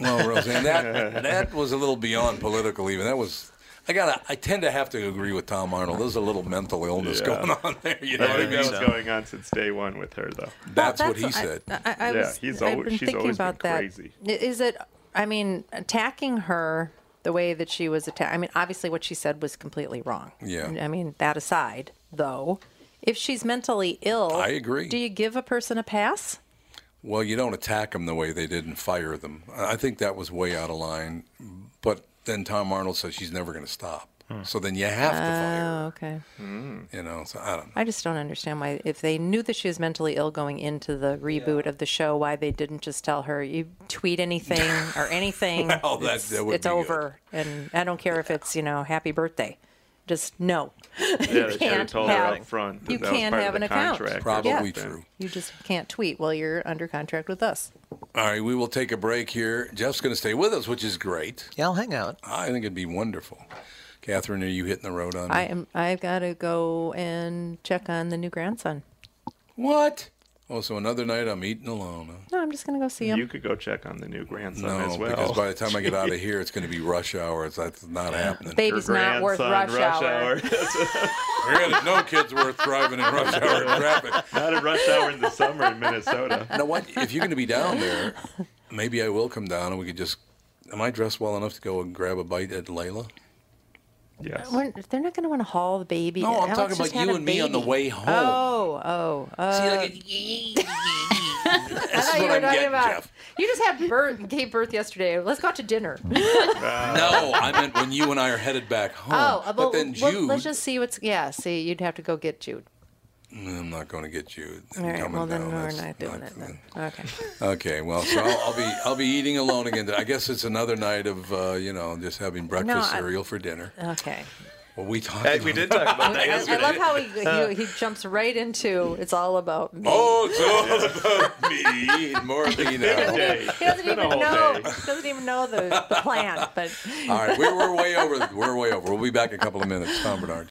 S5: Well, Roseanne, that that was a little beyond political. Even that was. I gotta. I tend to have to agree with Tom Arnold. There's a little mental illness
S9: Yeah.
S5: going on there. You know
S9: I
S5: what I
S9: think
S5: mean?
S9: that was going on since day one with her, though.
S5: That's,
S2: Well,
S5: what he
S2: I-
S5: said.
S2: I, I, I was, I've been thinking about that. I- Is it? I mean, attacking her the way that she was attacked. I mean, obviously, what she said was completely wrong.
S5: Yeah.
S2: I mean, that aside, though, if she's mentally ill,
S5: I agree.
S2: Do you give a person a pass?
S5: Well, you don't attack them the way they did and fire them. I I think that was way out of line. But then Tom Arnold said she's never going to stop.
S9: Hmm.
S5: So then you have to
S8: Uh,
S5: fire.
S2: Oh, okay.
S5: her, You know. So I don't. know.
S2: I just don't understand why, if they knew that she was mentally ill going into the reboot of the show, why they didn't just tell her, you tweet anything or anything.
S5: Well, that-
S2: it's,
S5: that would
S2: it's
S5: be good.
S2: over. And I don't care if it's, you know, happy birthday. Just no.
S9: Yeah, they should have
S2: can't
S9: told her
S2: have-
S9: up front. That
S2: you
S9: that was
S2: can't
S9: part
S2: have
S9: of
S2: an
S9: the
S2: account.
S9: Contract or
S5: Probably
S9: something.
S5: true.
S2: You just can't tweet while you're under contract with us.
S5: All right, we will take a break here. Jeff's going to stay with us, which is great.
S8: Yeah, I'll hang out.
S5: I think it'd be wonderful. Catherine, are you hitting the road on?
S2: I am. I've got to go and check on the new grandson.
S5: What? Oh, so another night I'm eating alone. Huh?
S2: No, I'm just gonna go see him.
S9: You could go check on the new grandson
S5: No,
S9: as well.
S5: because by the time I get out of here, it's going to be rush hour. It's, that's not happening.
S2: Baby's
S9: Your
S2: not worth rush,
S9: grandson, rush
S2: hour.
S9: hour.
S5: Granted, no kid's worth driving in rush hour traffic.
S9: Not a rush hour in the summer in Minnesota.
S5: You know what? If you're going to be down there, maybe I will come down and we could just. Am I dressed well enough to go and grab a bite at Layla?
S9: Yes.
S2: We're, they're not gonna want to haul the baby.
S5: No, I'm
S2: Alex
S5: talking
S2: just
S5: about
S2: had
S5: you
S2: a
S5: and me on the
S2: baby.
S5: way home.
S2: Oh, oh, oh. I
S5: is
S2: thought you
S5: what
S2: were
S5: I'm
S2: talking
S5: getting,
S2: about.
S5: Jeff. Oh,
S2: You just had birth, gave birth yesterday. Let's go out to dinner.
S5: no, I meant when you and I are headed back home.
S2: Oh, uh, well,
S5: but then
S2: well,
S5: Jude.
S2: let's just see what's. Yeah, see, you'd have to go get Jude.
S5: I'm not going to get you.
S2: All right,
S5: coming
S2: well then
S5: down.
S2: we're
S5: That's
S2: not doing it then. Okay.
S5: Okay, well, so I'll, I'll be I'll be eating alone again. I guess it's another night of uh, you know just having breakfast
S2: I-
S5: cereal for dinner.
S2: Okay.
S5: Well, we talked.
S8: Hey, we did talk about
S2: I, I love how he, he he jumps right into it's all about me.
S5: Oh, it's all about me and more of me now.
S2: he doesn't even
S5: whole
S2: know. He doesn't even know the, the plan. But
S5: All right, we're, we're way over. We're way over. We'll be back in a couple of minutes. Tom Bernard.